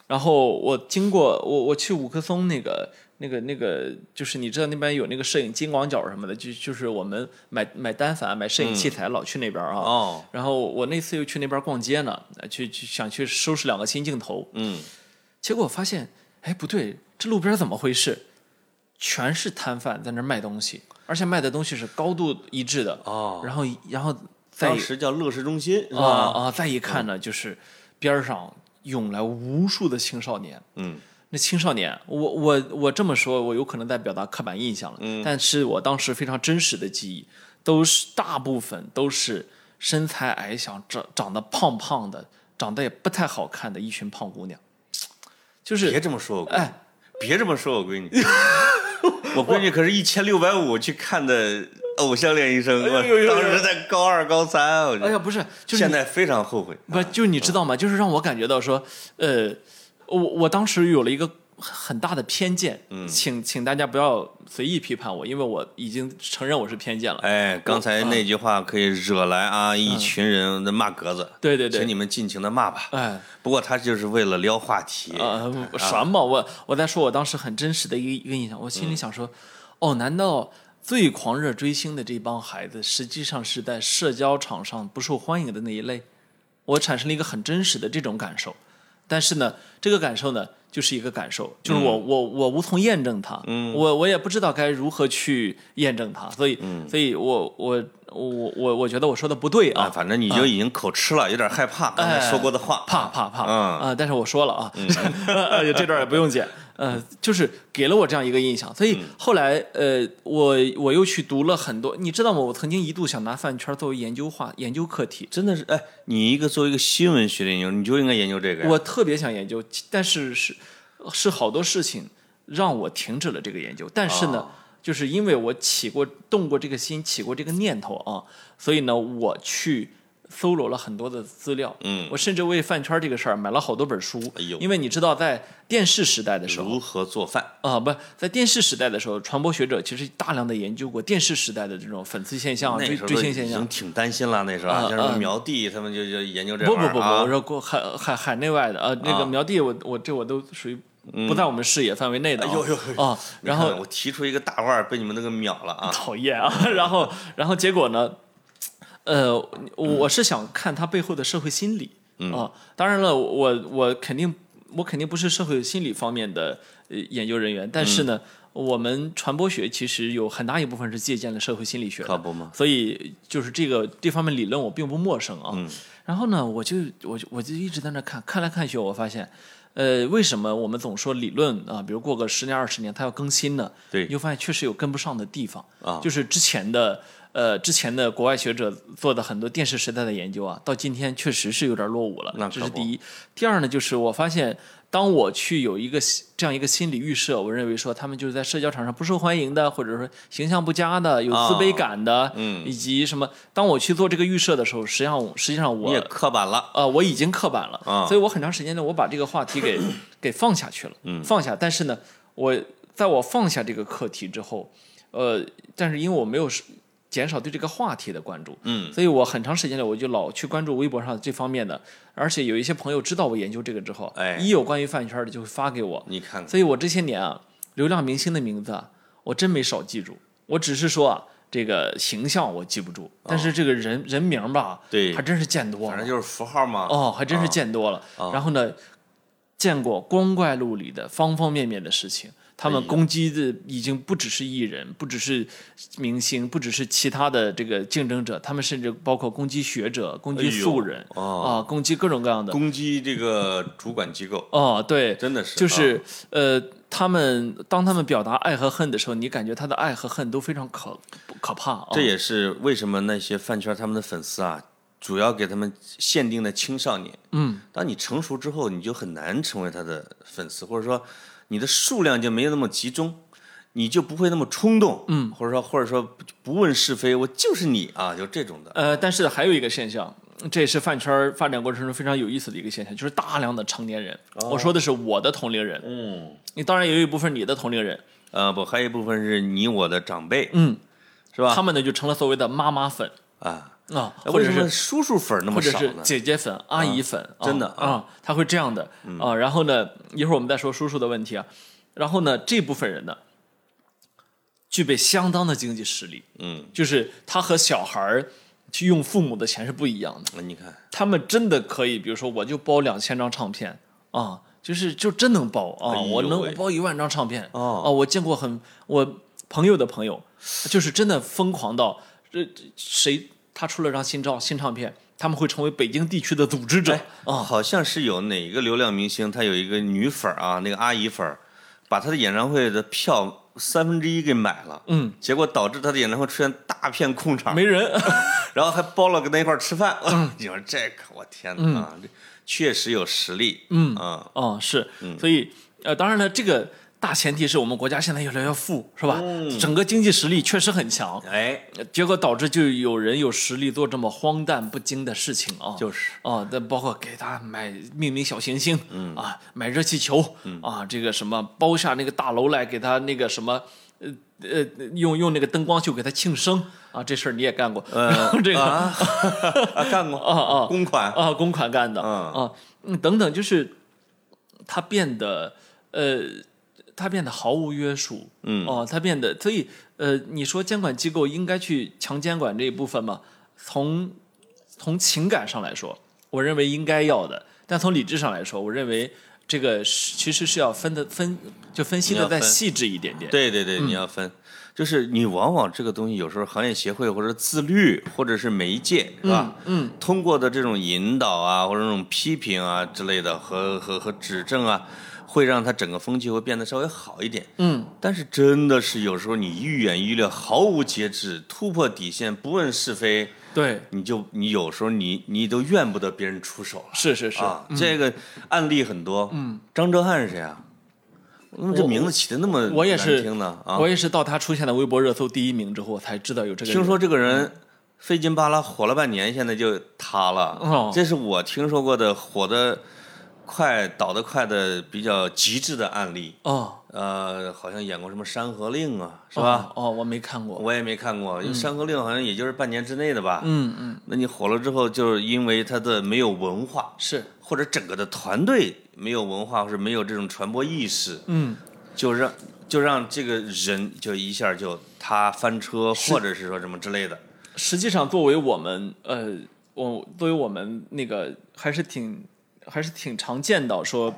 S2: 然后我经过我我去五棵松那个那个那个就是你知道那边有那个摄影金广角什么的，就就是我们买买单反买摄影器材老去那边
S1: 嗯
S2: 啊。
S1: 哦，
S2: 然后我那次又去那边逛街呢，呃去去想去收拾两个新镜头，
S1: 嗯，
S2: 结果我发现，哎，不对，这路边怎么回事？全是摊贩在那儿卖东西，而且卖的东西是高度一致的。
S1: 哦，
S2: 然后，然后再
S1: 当
S2: 一
S1: 时叫乐视中心是
S2: 啊
S1: 吧？嗯
S2: 啊，再一看呢，就是边儿上涌来无数的青少年。
S1: 嗯，
S2: 那青少年，我我我这么说，我有可能在表达刻板印象了，
S1: 嗯
S2: 但是我当时非常真实的记忆，都是大部分都是身材矮小、长长得胖胖的、长得也不太好看的一群胖姑娘，就是
S1: 别这么说我闺女，
S2: 哎，
S1: 别这么说我 闺女，我闺女可是一千六百五去看的《偶像练习生》，
S2: 哎呦呦呦
S1: 我当时在高二高三，我觉
S2: 哎
S1: 得
S2: 呀，不是，就是
S1: 现
S2: 你
S1: 在非常后悔。
S2: 不就你知道吗？就是让我感觉到说，呃，我我当时有了一个很大的偏见，
S1: 嗯
S2: 请请大家不要随意批判我，因为我已经承认我是偏见了。
S1: 哎，刚才那句话可以惹来啊一群人的骂格子，
S2: 对对对
S1: 请你们尽情的骂吧。
S2: 哎，
S1: 不过他就是为了撩话题，
S2: 呃，什么？我我在说我当时很真实的一个一个印象，我心里想说，哦，难道最狂热追星的这帮孩子，实际上是在社交场上不受欢迎的那一类？我产生了一个很真实的这种感受，但是呢，这个感受呢，就是一个感受，就是我、我我无从验证它，我我也不知道该如何去验证它，所以，所以我我我我我觉得我说的不对啊
S1: 啊，，哎反正你就已经口吃了，有点害怕刚才说过的话。
S2: 怕怕怕，
S1: 嗯
S2: 啊！但是我说了啊， 呃这段也不用剪，呃，就是给了我这样一个印象，所以后来呃，我我又去读了很多，你知道吗？我曾经一度想拿饭圈作为研究话研究课题，
S1: 真的是，哎，你一个作为一个新闻学的研究，你就应该研究这个呀。
S2: 我特别想研究，但是是呃是好多事情让我停止了这个研究，但是呢。
S1: 哦
S2: 就是因为我起过动过这个心，起过这个念头啊，所以呢，我去搜罗了很多的资料，
S1: 嗯，
S2: 我甚至为饭圈这个事儿买了好多本书，
S1: 哎呦嗯
S2: 因为你知道，在电视时代的时候，
S1: 如何做饭？
S2: 啊、不在电视时代的时候，传播学者其实大量的研究过电视时代的这种粉丝现象、啊
S1: 那
S2: 追
S1: 时候
S2: 追
S1: 都
S2: 星
S1: 已
S2: 现象
S1: 经。挺担心了，那时候
S2: 啊
S1: 啊像什
S2: 啊
S1: 么苗弟他们就就研究这
S2: 不
S1: 玩
S2: 不
S1: 意儿
S2: 不不，
S1: 啊
S2: 我说国海海海内外的啊，那个苗弟我我这我都属于不在我们视野范围内的啊
S1: 嗯哎呦呦呦
S2: 啊，
S1: 你
S2: 然
S1: 看
S2: 后
S1: 我提出一个大腕儿，被你们那个秒了啊！
S2: 讨厌啊， 然后然后结果呢，呃，我是想看他背后的社会心理
S1: 嗯
S2: 啊，当然了，我我肯定我肯定不是社会心理方面的呃研究人员，但是呢，
S1: 嗯
S2: 我们传播学其实有很大一部分是借鉴了社会心理学的
S1: 可不吗？
S2: 所以就是这个这方面理论我并不陌生啊。
S1: 嗯
S2: 然后呢，我就我就我就一直在那看，看来看去，我发现，呃，为什么我们总说理论啊，比如过个十年二十年它要更新呢？
S1: 对
S2: 你就发现确实有跟不上的地方
S1: 啊
S2: 就是之前的。呃，之前的国外学者做的很多电视时代的研究啊，到今天确实是有点落伍了。
S1: 那可
S2: 这是
S1: 不
S2: 第一。第二呢，就是我发现，当我去有一个心这样一个心理预设，我认为说他们就是在社交场上不受欢迎的，或者说形象不佳的，有自卑
S1: 啊
S2: 感的，以及什么？当我去做这个预设的时候，实际上我实际上
S1: 你也
S2: 我
S1: 刻板了，
S2: 呃我已经刻板了，
S1: 啊
S2: 所以我很长时间呢，我把这个话题给
S1: 嗯
S2: 给放下去了，放下。但是呢，我在我放下这个课题之后，呃，但是因为我没有是减少对这个话题的关注，
S1: 嗯，
S2: 所以我很长时间里我就老去关注微博上这方面的，而且有一些朋友知道我研究这个之后，
S1: 哎
S2: 一有关于饭圈的就会发给我，
S1: 你看看，
S2: 所以我这些年啊，流量明星的名字啊，我真没少记住，我只是说啊，这个形象我记不住，但是这个人、人名吧，
S1: 哦对
S2: 还，真是见多
S1: 反
S2: 了
S1: 正，哦就是符号嘛。
S2: 哦，还真是见多了。然后呢，见过光怪陆离的方方面面的事情。他
S1: 哎
S2: 们攻击的已经不只是艺人，不只是明星，不只是其他的这个竞争者，他们甚至包括攻击学者、攻击
S1: 哎呦
S2: 素人啊、
S1: 哦
S2: 攻击各种各样的。
S1: 攻击这个主管机构，
S2: 哦，对，
S1: 真的是啊
S2: 就是呃，他们当他们表达爱和恨的时候，你感觉他的爱和恨都非常可可怕啊。
S1: 这也是为什么那些饭圈他们的粉丝啊，主要给他们限定的青少年。
S2: 嗯，
S1: 当你成熟之后，你就很难成为他的粉丝，或者说你的数量就没有那么集中，你就不会那么冲动。嗯，或者说或者说不问是非，我就是你啊，就这种的。
S2: 呃，但是还有一个现象，这也是饭圈儿发展过程中非常有意思的一个现象，就是大量的成年人。我说的是我的同龄人，
S1: 哦嗯，
S2: 你当然也有一部分你的同龄人，
S1: 呃，不，还有一部分是你我的长辈。
S2: 嗯，
S1: 是吧？
S2: 他们呢就成了所谓的妈妈粉
S1: 啊，
S2: 啊，
S1: 哎
S2: 或者
S1: 为什么
S2: 是。
S1: 叔叔粉儿那
S2: 或
S1: 么
S2: 者
S1: 少
S2: 是
S1: 呢？
S2: 姐姐粉、阿姨粉，啊
S1: 真的嗯
S2: 啊，他会这样的啊。然后呢，一会儿我们再说叔叔的问题啊。然后呢，这部分人呢，具备相当的经济实力，
S1: 嗯，
S2: 就是他和小孩儿去用父母的钱是不一样的。
S1: 你看，
S2: 他们真的可以，比如说我就包两千张唱片啊，就是就真能包啊，
S1: 哎呦喂
S2: 我能我包一万张唱片
S1: 哦
S2: 啊，我见过很我朋友的朋友，就是真的疯狂到这这谁他出了张新照新唱片，他们会成为北京地区的组织者啊，
S1: 哎好像是有哪个流量明星，他有一个女粉儿啊，那个阿姨粉儿，把他的演唱会的票三分之一给买了，
S2: 嗯，
S1: 结果导致他的演唱会出现大片空场，
S2: 没 嗯人
S1: 然后还包了跟他一块儿吃饭。你说这个，我天哪，啊
S2: 嗯
S1: 这确实有实力，嗯啊，
S2: 啊是，所以呃，当然了，这个大前提是我们国家现在越来越富，是吧？
S1: 嗯
S2: 整个经济实力确实很强。
S1: 哎，
S2: 结果导致就有人有实力做这么荒诞不经的事情啊，
S1: 就是
S2: 哦，那包括给他买命名小行星，嗯啊，买热气球，嗯啊，这个什么包下那个大楼来给他那个什么，呃呃，用用那个灯光秀给他庆生啊，这事儿你也干过，
S1: 呃
S2: 这个啊
S1: 啊，啊干过
S2: 啊
S1: 公款，
S2: 公款干的、
S1: 嗯
S2: 啊，嗯等等，就是他变得呃，他变得毫无约束，
S1: 嗯
S2: 哦，他变得，所以呃，你说监管机构应该去强监管这一部分吗？从从情感上来说，我认为应该要的，但从理智上来说，我认为这个是其实是要分的分就分析
S1: 你
S2: 的
S1: 要
S2: 再
S1: 分
S2: 细致一点点。
S1: 对对对，你要分，就是你往往这个东西有时候行业协会或者自律或者是媒介是吧？嗯，通过的这种引导啊，或者这种批评啊之类的和和和指正啊，会让它整个风气会变得稍微好一点。
S2: 嗯，
S1: 但是真的是有时候你愈演愈烈，毫无节制，突破底线，不问是非，
S2: 对，
S1: 你就你有时候你你都怨不得别人出手了。
S2: 是是是，
S1: 啊，这个案例很多。嗯，张哲瀚是谁啊？那么这
S2: 我
S1: 名字起的那么
S2: 我也
S1: 难
S2: 是
S1: 听呢啊！
S2: 我也是到他出现在微博热搜第一名之后，我才知道有这个人。
S1: 听说这个
S2: 嗯
S1: 人费劲巴拉火了半年，现在就塌了。
S2: 哦
S1: 这是我听说过的火的快、倒的快的比较极致的案例。
S2: 哦，
S1: 呃，好像演过什么《山河令》啊，是吧？
S2: 哦？哦，我没看过。
S1: 我也没看过，因为《山河令》好像也就是半年之内的吧。
S2: 嗯嗯，
S1: 那你火了之后，就是因为他的没有文化，
S2: 是，
S1: 或者整个的团队没有文化，或者没有这种传播意识，
S2: 嗯，
S1: 就让就让这个人就一下就他翻车，或者是说什么之类的。
S2: 实际上作为我们呃，我作为我们那个还是挺还是挺常见到说。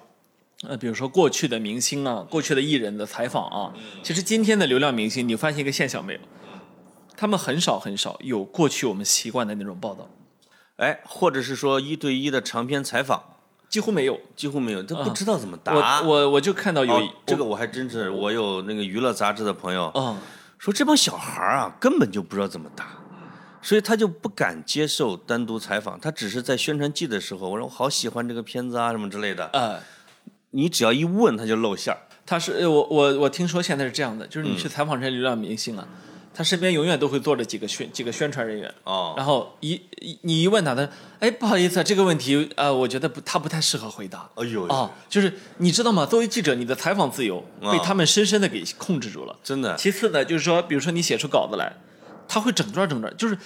S2: 呃，比如说过去的明星啊，过去的艺人的采访啊，
S1: 嗯
S2: 其实今天的流量明星，你发现一个现象没有？他们很少很少有过去我们习惯的那种报道，
S1: 哎，或者是说一对一的长篇采访，
S2: 几乎没有。
S1: 几乎没有，他不知道怎么答。
S2: 啊我我我就看到有一、
S1: 哦这个我还真是，我有那个娱乐杂志的朋友
S2: 啊、
S1: 说，这帮小孩儿啊根本就不知道怎么答，所以他就不敢接受单独采访，他只是在宣传季的时候，我说我好喜欢这个片子啊什么之类的，
S2: 呃，
S1: 你只要一问他就露馅儿。嗯
S2: 他是呃我我我听说现在是这样的，就是你去采访这些流量明星啊，他身边永远都会坐着几个宣几个宣传人员，
S1: 哦
S2: 然后一一你一问他，他说哎不好意思啊，这个问题呃，我觉得不他不太适合回答。
S1: 哎呦
S2: 哦，就是你知道吗？作为记者，你的采访自由
S1: 啊
S2: 被他们深深的给控制住了。
S1: 真的
S2: 其次呢，就是说，比如说你写出稿子来，他会整段整段，就是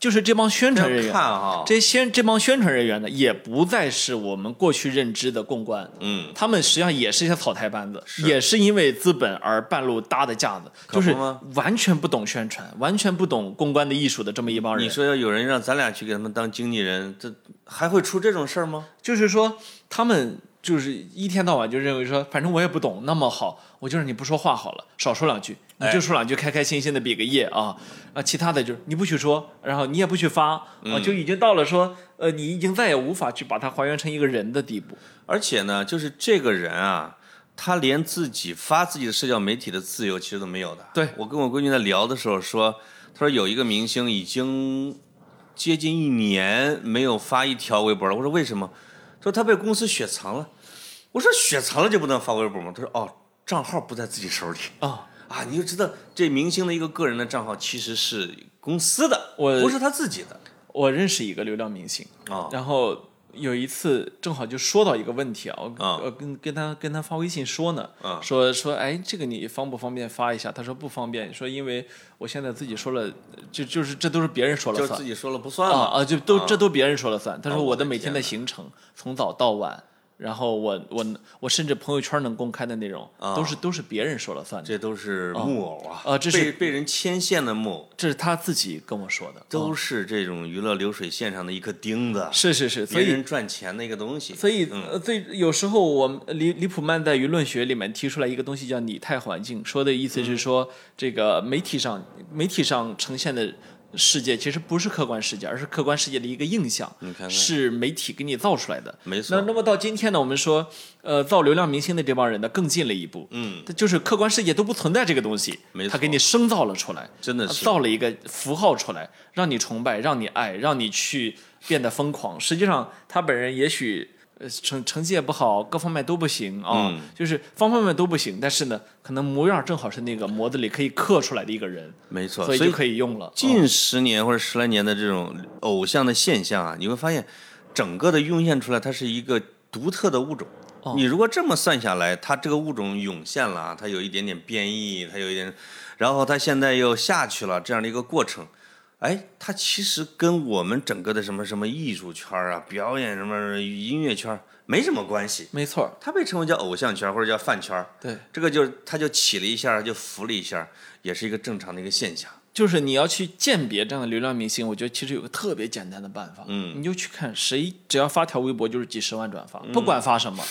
S2: 就是这帮宣传人
S1: 看啊
S2: 员，
S1: 哈，
S2: 这些这帮宣传人员呢，也不再是我们过去认知的公关，
S1: 嗯，
S2: 他们实际上也是一些草台班子，也是因为资本而半路搭的架子，
S1: 可
S2: 就
S1: 不
S2: 是
S1: 吗
S2: 完全不懂宣传，完全不懂公关的艺术的这么一帮人。
S1: 你说要有人让咱俩去给他们当经纪人，这还会出这种事儿吗？
S2: 就是说他们就是一天到晚就认为说，反正我也不懂，那么好，我就让你不说话好了，少说两句，
S1: 哎
S2: 你就说两句，开开心心的比个耶啊啊，其他的就是你不许说，然后你也不许发，
S1: 嗯
S2: 啊，就已经到了说，呃，你已经再也无法去把它还原成一个人的地步。
S1: 而且呢，就是这个人啊，他连自己发自己的社交媒体的自由其实都没有的。
S2: 对
S1: 我跟我闺女在聊的时候说，她说有一个明星已经接近一年没有发一条微博了。我说为什么？她说他被公司雪藏了。我说雪藏了就不能发微博吗？她说哦，账号不在自己手里
S2: 啊
S1: 啊。你就知道这明星的一个个人的账号其实是公司的，
S2: 我
S1: 不是他自己的
S2: 我认识一个流量明星，
S1: 啊。
S2: 然后有一次正好就说到一个问题啊，我、
S1: 啊
S2: 我跟跟他跟他发微信说呢，
S1: 啊
S2: 说说哎，这个你方不方便发一下？他说不方便，说因为我现在自己说了，就就是这都是别人说
S1: 就
S2: 了
S1: 是
S2: 算
S1: 自己说了不算
S2: 啊
S1: 嘛。
S2: 啊，就都、这都别人说了算。他
S1: 啊
S2: 说
S1: 我
S2: 我的
S1: 的
S2: 每
S1: 天
S2: 天的行程从早到晚。然后我我我甚至朋友圈能公开的内容，
S1: 啊
S2: 都是都是别人说了算的，
S1: 这都是木偶啊，
S2: 啊这是
S1: 被被人牵线的木偶，
S2: 这是他自己跟我说的。啊
S1: 都是这种娱乐流水线上的一颗钉子，
S2: 是是是，所
S1: 别
S2: 以
S1: 人赚钱的一个东西。嗯
S2: 所以，呃，最有时候我们李李普曼在舆论学里面提出来一个东西叫拟态环境，说的意思
S1: 嗯
S2: 是说，这个媒体上媒体上呈现的世界其实不是客观世界，而是客观世界的一个印象，
S1: 你看看
S2: 是媒体给你造出来的。
S1: 没错
S2: 那那么到今天呢，我们说，呃，造流量明星的这帮人呢，更进了一步，
S1: 嗯，
S2: 它就是客观世界都不存在这个东西
S1: 没，
S2: 他
S1: 错
S2: 给你生造了出来，
S1: 真的是
S2: 造了一个符号出来，让你崇拜，让你爱，让你去变得疯狂。实际上，他本人也许呃成成绩也不好，各方面都不行啊、
S1: 嗯
S2: 就是方方面面都不行。但是呢，可能模样正好是那个模子里可以刻出来的一个人，
S1: 没错，
S2: 所以
S1: 所
S2: 就
S1: 以
S2: 可以用了。嗯
S1: 近十年或者十来年的这种偶像的现象啊，你会发现，整个的涌现出来，它是一个独特的物种。你如果这么算下来，它这个物种涌现了啊，它有一点点变异，它有一点，然后它现在又下去了，这样的一个过程，哎，它其实跟我们整个的什么什么艺术圈啊、表演什么音乐圈没什么关系，
S2: 没错儿，
S1: 它被称为叫偶像圈或者叫饭圈，
S2: 对，
S1: 这个就是它就起了一下，就浮了一下，也是一个正常的一个现象。
S2: 就是你要去鉴别这样的流量明星，我觉得其实有个特别简单的办法，嗯，你嗯就去看谁只要发条微博就是几十万转发，不管发什么，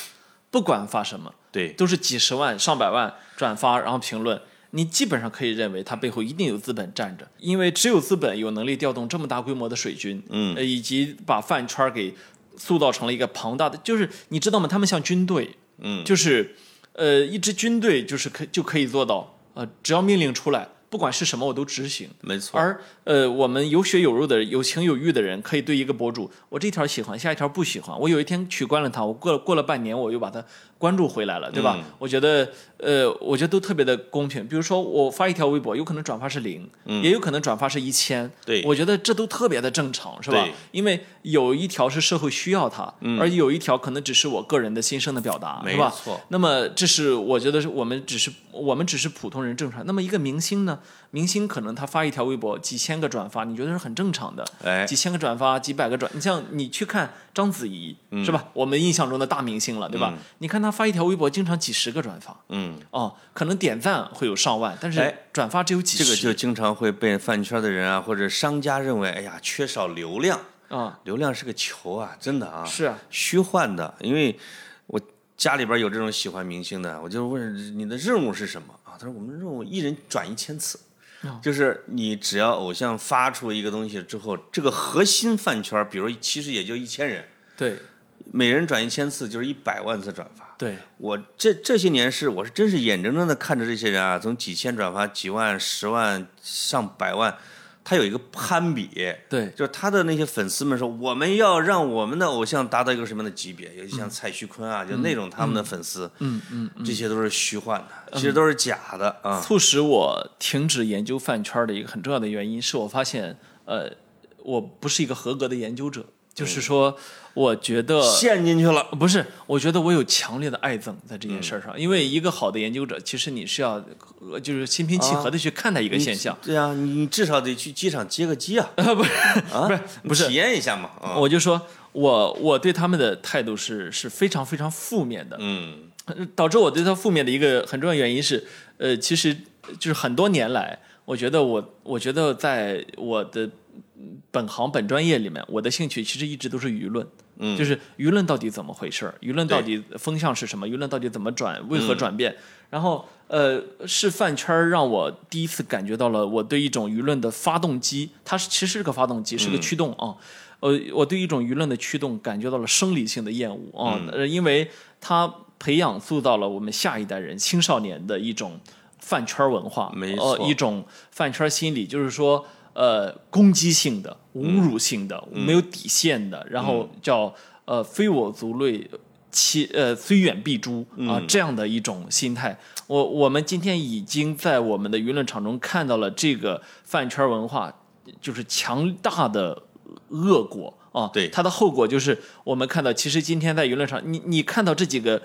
S2: 不管发什么，
S1: 对，
S2: 都是几十万、上百万转发，然后评论，你基本上可以认为它背后一定有资本站着，因为只有资本有能力调动这么大规模的水军，嗯，以及把饭圈儿给塑造成了一个庞大的，就是你知道吗？他们像军队，嗯，就是呃，一支军队就是可就可以做到，呃，只要命令出来，不管是什么我都执行。
S1: 没错。
S2: 而呃，我们有血有肉的人、有情有义的人，可以对一个博主，我这条喜欢，下一条不喜欢。我有一天取关了他，我过了过了半年，我又把他关注回来了，对吧？我觉得呃，我觉得都特别的公平。比如说我发一条微博，有可能转发是零、也有可能转发是一千，
S1: 对
S2: 我觉得这都特别的正常，是吧
S1: 对？嗯
S2: 因为有一条是社会需要它，而有一条可能只是我个人的心声的表达，
S1: 没
S2: 是吧？
S1: 错
S2: 那么这是我觉得是我们只是我们只是普通人正常。那么一个明星呢？明星可能他发一条微博几千个转发，你觉得是很正常的。
S1: 哎
S2: 几千个转发，几百个转，你像你去看章子怡、
S1: 嗯
S2: 是吧？我们印象中的大明星了，对吧？你看她发一条微博，经常几十个转发，
S1: 嗯，
S2: 哦，可能点赞会有上万，但是
S1: 哎
S2: 转发只有几
S1: 这个
S2: 十。
S1: 就经常会被饭圈的人啊或者商家认为，哎呀，缺少流量，
S2: 就啊、
S1: 流量是个球啊，真的啊，
S2: 是啊，
S1: 虚幻的。因为我家里边有这种喜欢明星的，我就问你的任务是什么啊？他说我们任务一人转一千次，
S2: 哦
S1: 就是你只要偶像发出一个东西之后，这个核心饭圈，比如其实也就一千人，
S2: 对
S1: 每人转一千次就是一百万次转发。
S2: 对，
S1: 我这这些年是我是真是眼睁睁的看着这些人啊，从几千转发、几万、十万、上百万，他有一个攀比，
S2: 对，
S1: 就是他的那些粉丝们说，我们要让我们的偶像达到一个什么样的级别，尤其像蔡徐坤啊，就那种他们的粉丝，
S2: 嗯嗯，
S1: 这些都是虚幻的，其实都是假的啊。
S2: 促使我停止研究饭圈的一个很重要的原因，是我发现，呃，我不是一个合格的研究者，
S1: 嗯
S2: 就是说，我觉得
S1: 陷进去了，
S2: 不是，我觉得我有强烈的爱憎在这件
S1: 嗯
S2: 事儿上，因为一个好的研究者，其实你是要呃就是心平
S1: 啊
S2: 气和的去看待一个现象。呃
S1: 对啊，你至少得去机场接个机啊，啊
S2: 不是，不是
S1: 体，验一下嘛啊。
S2: 我就说我我对他们的态度是是非常非常负面的，
S1: 嗯
S2: 导致我对他负面的一个很重要原因是，呃，其实就是很多年来，我觉得我我觉得在我的本行本专业里面，我的兴趣其实一直都是舆论。
S1: 嗯
S2: 就是舆论到底怎么回事儿？舆论到底风向是什么？舆论到底怎么转？为何转变？然后，呃，是饭圈儿让我第一次感觉到了我对一种舆论的发动机，它是其实是个发动机，是个驱动啊。呃，我对一种舆论的驱动感觉到了生理性的厌恶啊，
S1: 嗯
S2: 呃，因为它培养塑造了我们下一代人青少年的一种饭圈文化，
S1: 没
S2: 呃
S1: 错
S2: 一种饭圈心理，就是说，呃，攻击性的、侮辱性的、
S1: 嗯
S2: 没有底线的，然后叫呃非我族类，其呃虽远必诛啊、
S1: 嗯
S2: 这样的一种心态。我我们今天已经在我们的舆论场中看到了这个饭圈文化，就是强大的恶果啊。
S1: 对
S2: 它的后果就是我们看到，其实今天在舆论场，你你看到这几个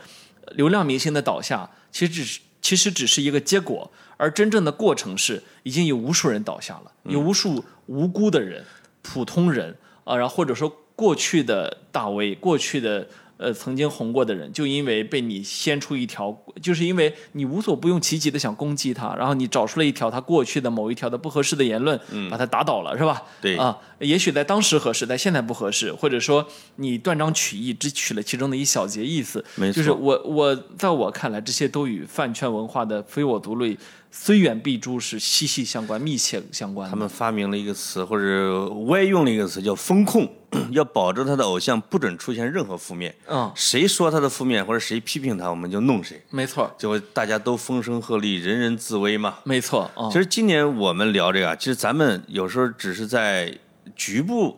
S2: 流量明星的倒下，其实只是其实只是一个结果，而真正的过程是已经有无数人倒下了，
S1: 嗯
S2: 有无数无辜的人、普通人啊，然后或者说过去的大 V、过去的呃曾经红过的人，就因为被你掀出一条，就是因为你无所不用其极的想攻击他，然后你找出了一条他过去的某一条的不合适的言论，把他打倒了，是吧？
S1: 嗯对
S2: 啊，也许在当时合适，在现在不合适，或者说你断章取义，只取了其中的一小节意思。
S1: 没错
S2: 就是我我在我看来，这些都与饭圈文化的非我族类、虽远必诛是息息相关、密切相关
S1: 他
S2: 的。
S1: 们发明了一个词，或者歪用了一个词，叫风控， 要保证他的偶像不准出现任何负面。
S2: 嗯，
S1: 谁说他的负面，或者谁批评他，我们就弄谁，
S2: 没错，
S1: 就会大家都风声鹤唳，人人自危嘛。
S2: 没错啊。
S1: 其实今年我们聊这个啊，其实咱们有时候只是在局部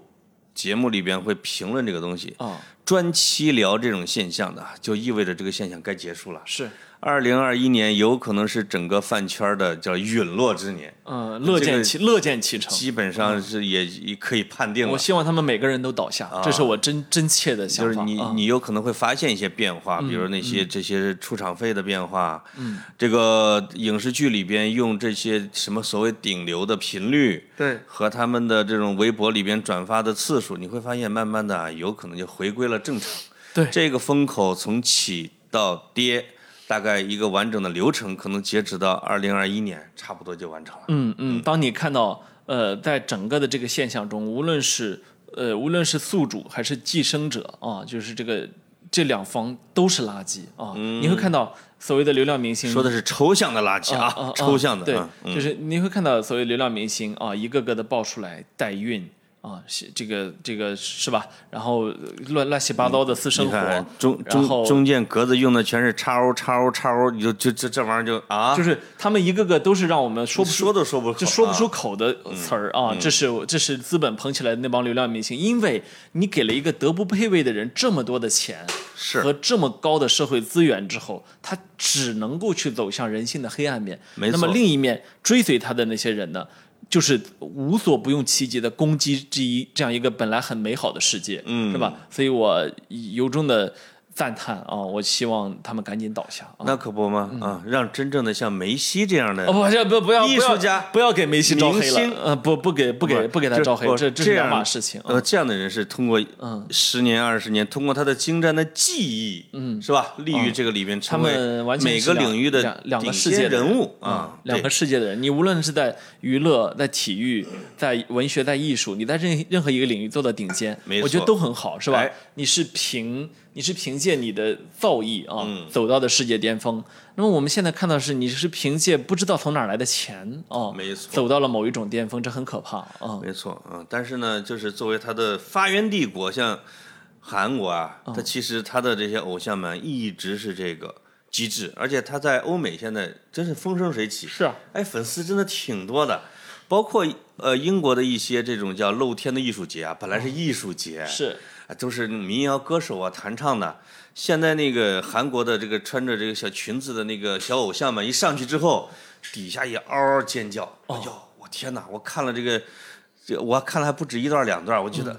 S1: 节目里边会评论这个东西，
S2: 啊、
S1: 专期聊这种现象的，啊就意味着这个现象该结束了。
S2: 是，
S1: 二零二一年有可能是整个饭圈的叫陨落之年，
S2: 嗯、乐见其、乐见其成。
S1: 基本上是也也可以判定了
S2: 嗯我。希望他们每个人都倒下，这是我真真切的想
S1: 啊就
S2: 法。
S1: 是你，
S2: 啊
S1: 你有可能会发现一些变化，比如那些这些出场费的变化，嗯，这个影视剧里边用这些什么所谓顶流的频率，
S2: 对
S1: 和他们的这种微博里边转发的次数，你会发现慢慢的啊有可能就回归了正常。
S2: 对
S1: 这个风口从起到跌，大概一个完整的流程，可能截止到二零二一年，差不多就完成了。
S2: 嗯嗯，当你看到呃，在整个的这个现象中，无论是呃，无论是宿主还是寄生者啊，就是这个这两方都是垃圾啊，你会看到所谓的流量明星
S1: 嗯说的是抽象的垃圾啊，
S2: 啊啊
S1: 抽象的，
S2: 对
S1: 嗯，
S2: 就是你会看到所谓流量明星啊，一个个的爆出来代孕啊，是这个这个是吧？然后呃乱乱七八糟的私
S1: 嗯
S2: 生
S1: 你看
S2: 活，
S1: 哎中
S2: 然后
S1: 中中间格子用的全是叉 O 叉 O 叉 O，你就就这这玩意儿就啊，
S2: 就是他们一个个都是让我们说不出啊
S1: 说都嗯说不出，
S2: 就说不出口的词儿啊，这是这是资本捧起来的那帮流量明星，因为你给了一个德不配位的人这么多的钱
S1: 是
S2: 和这么高的社会资源之后，他只能够去走向人性的黑暗面。
S1: 没
S2: 那
S1: 错
S2: 么另一面追随他的那些人呢，就是无所不用其极的攻击这一这样一个本来很美好的世界，嗯，是吧？所以我由衷的赞叹啊，我希望他们赶紧倒下啊！
S1: 那可不嘛啊，让真正的像梅西这样的
S2: 哦不，这不不要
S1: 艺术家
S2: 不要不要给梅西招黑
S1: 明
S2: 了
S1: 星，
S2: 呃，不不给不给不给他
S1: 这
S2: 招黑
S1: 我，
S2: 这是两
S1: 样
S2: 码事情。啊
S1: 呃，这样的人是通过
S2: 嗯
S1: 十年二十年，通过他的精湛的技艺，嗯，是吧？立于这个里面，成为
S2: 他们完全
S1: 每
S2: 是
S1: 个
S2: 两
S1: 领域
S2: 两
S1: 的
S2: 两个
S1: 顶
S2: 世界
S1: 尖
S2: 的人嗯
S1: 人物啊，
S2: 两
S1: 对
S2: 个世界的人，你无论是在娱乐、在体育、在文学、在艺术，你在任任何一个领域做到顶尖
S1: 没，错
S2: 我觉得都很好，是吧
S1: 哎？
S2: 你是凭你是凭借你的造诣啊，
S1: 嗯
S2: 走到的世界巅峰。那么我们现在看到的是，你是凭借不知道从哪儿来的钱啊，
S1: 没错
S2: 走到了某一种巅峰，这很可怕啊。
S1: 没错啊，但是呢，就是作为它的发源地国，像韩国啊，它其实它的这些偶像们一直是这个机制，而且它在欧美现在真是风生水起。
S2: 是啊，
S1: 哎，粉丝真的挺多的。包括呃英国的一些这种叫露天的艺术节啊，本来是艺术节，
S2: 是
S1: 啊，都是民谣歌手啊弹唱的。现在那个韩国的这个穿着这个小裙子的那个小偶像们一上去之后，底下也嗷嗷尖叫。
S2: 哦
S1: 哎呦，我天哪！我看了这个，这我看了还不止一段两段，我觉得、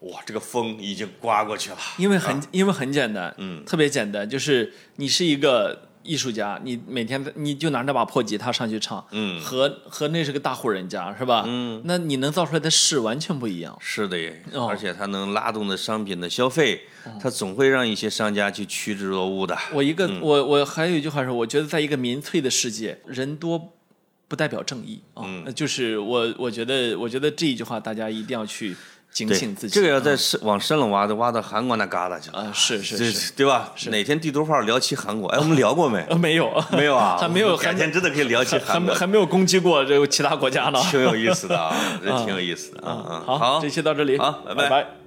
S2: 嗯
S1: 哇，这个风已经刮过去了。
S2: 因为
S1: 啊
S2: 很、因为很简单，嗯，特别简单，就是你是一个艺术家，你每天你就拿那把破吉他上去唱，
S1: 嗯
S2: 和和那是个大户人家是吧？嗯，那你能造出来的事完全不一样。
S1: 是的耶，
S2: 哦
S1: 而且它能拉动的商品的消费，它总会让一些商家去趋之若鹜的。
S2: 我一个、我我还有一句话是，我觉得在一个民粹的世界，人多不代表正义啊、
S1: 嗯
S2: 呃就是我我觉得我觉得这一句话大家一定要去警
S1: 对
S2: 醒自己。嗯
S1: 这个要再深往深了挖，就挖到韩国那旮沓去了。
S2: 啊、是是
S1: 对
S2: 是，
S1: 对吧？哪天地图炮聊起韩 国？哎，我们聊过没？
S2: 呃 没有
S1: 没有啊，
S2: 还没有
S1: 我们改天真的可以聊起
S2: 还
S1: 韩
S2: 没
S1: 国，
S2: 还没有攻击过这个其他国家呢。
S1: 挺有意思的啊，这挺有意思的啊。啊
S2: 嗯好，这期到这里，
S1: 好拜拜
S2: 拜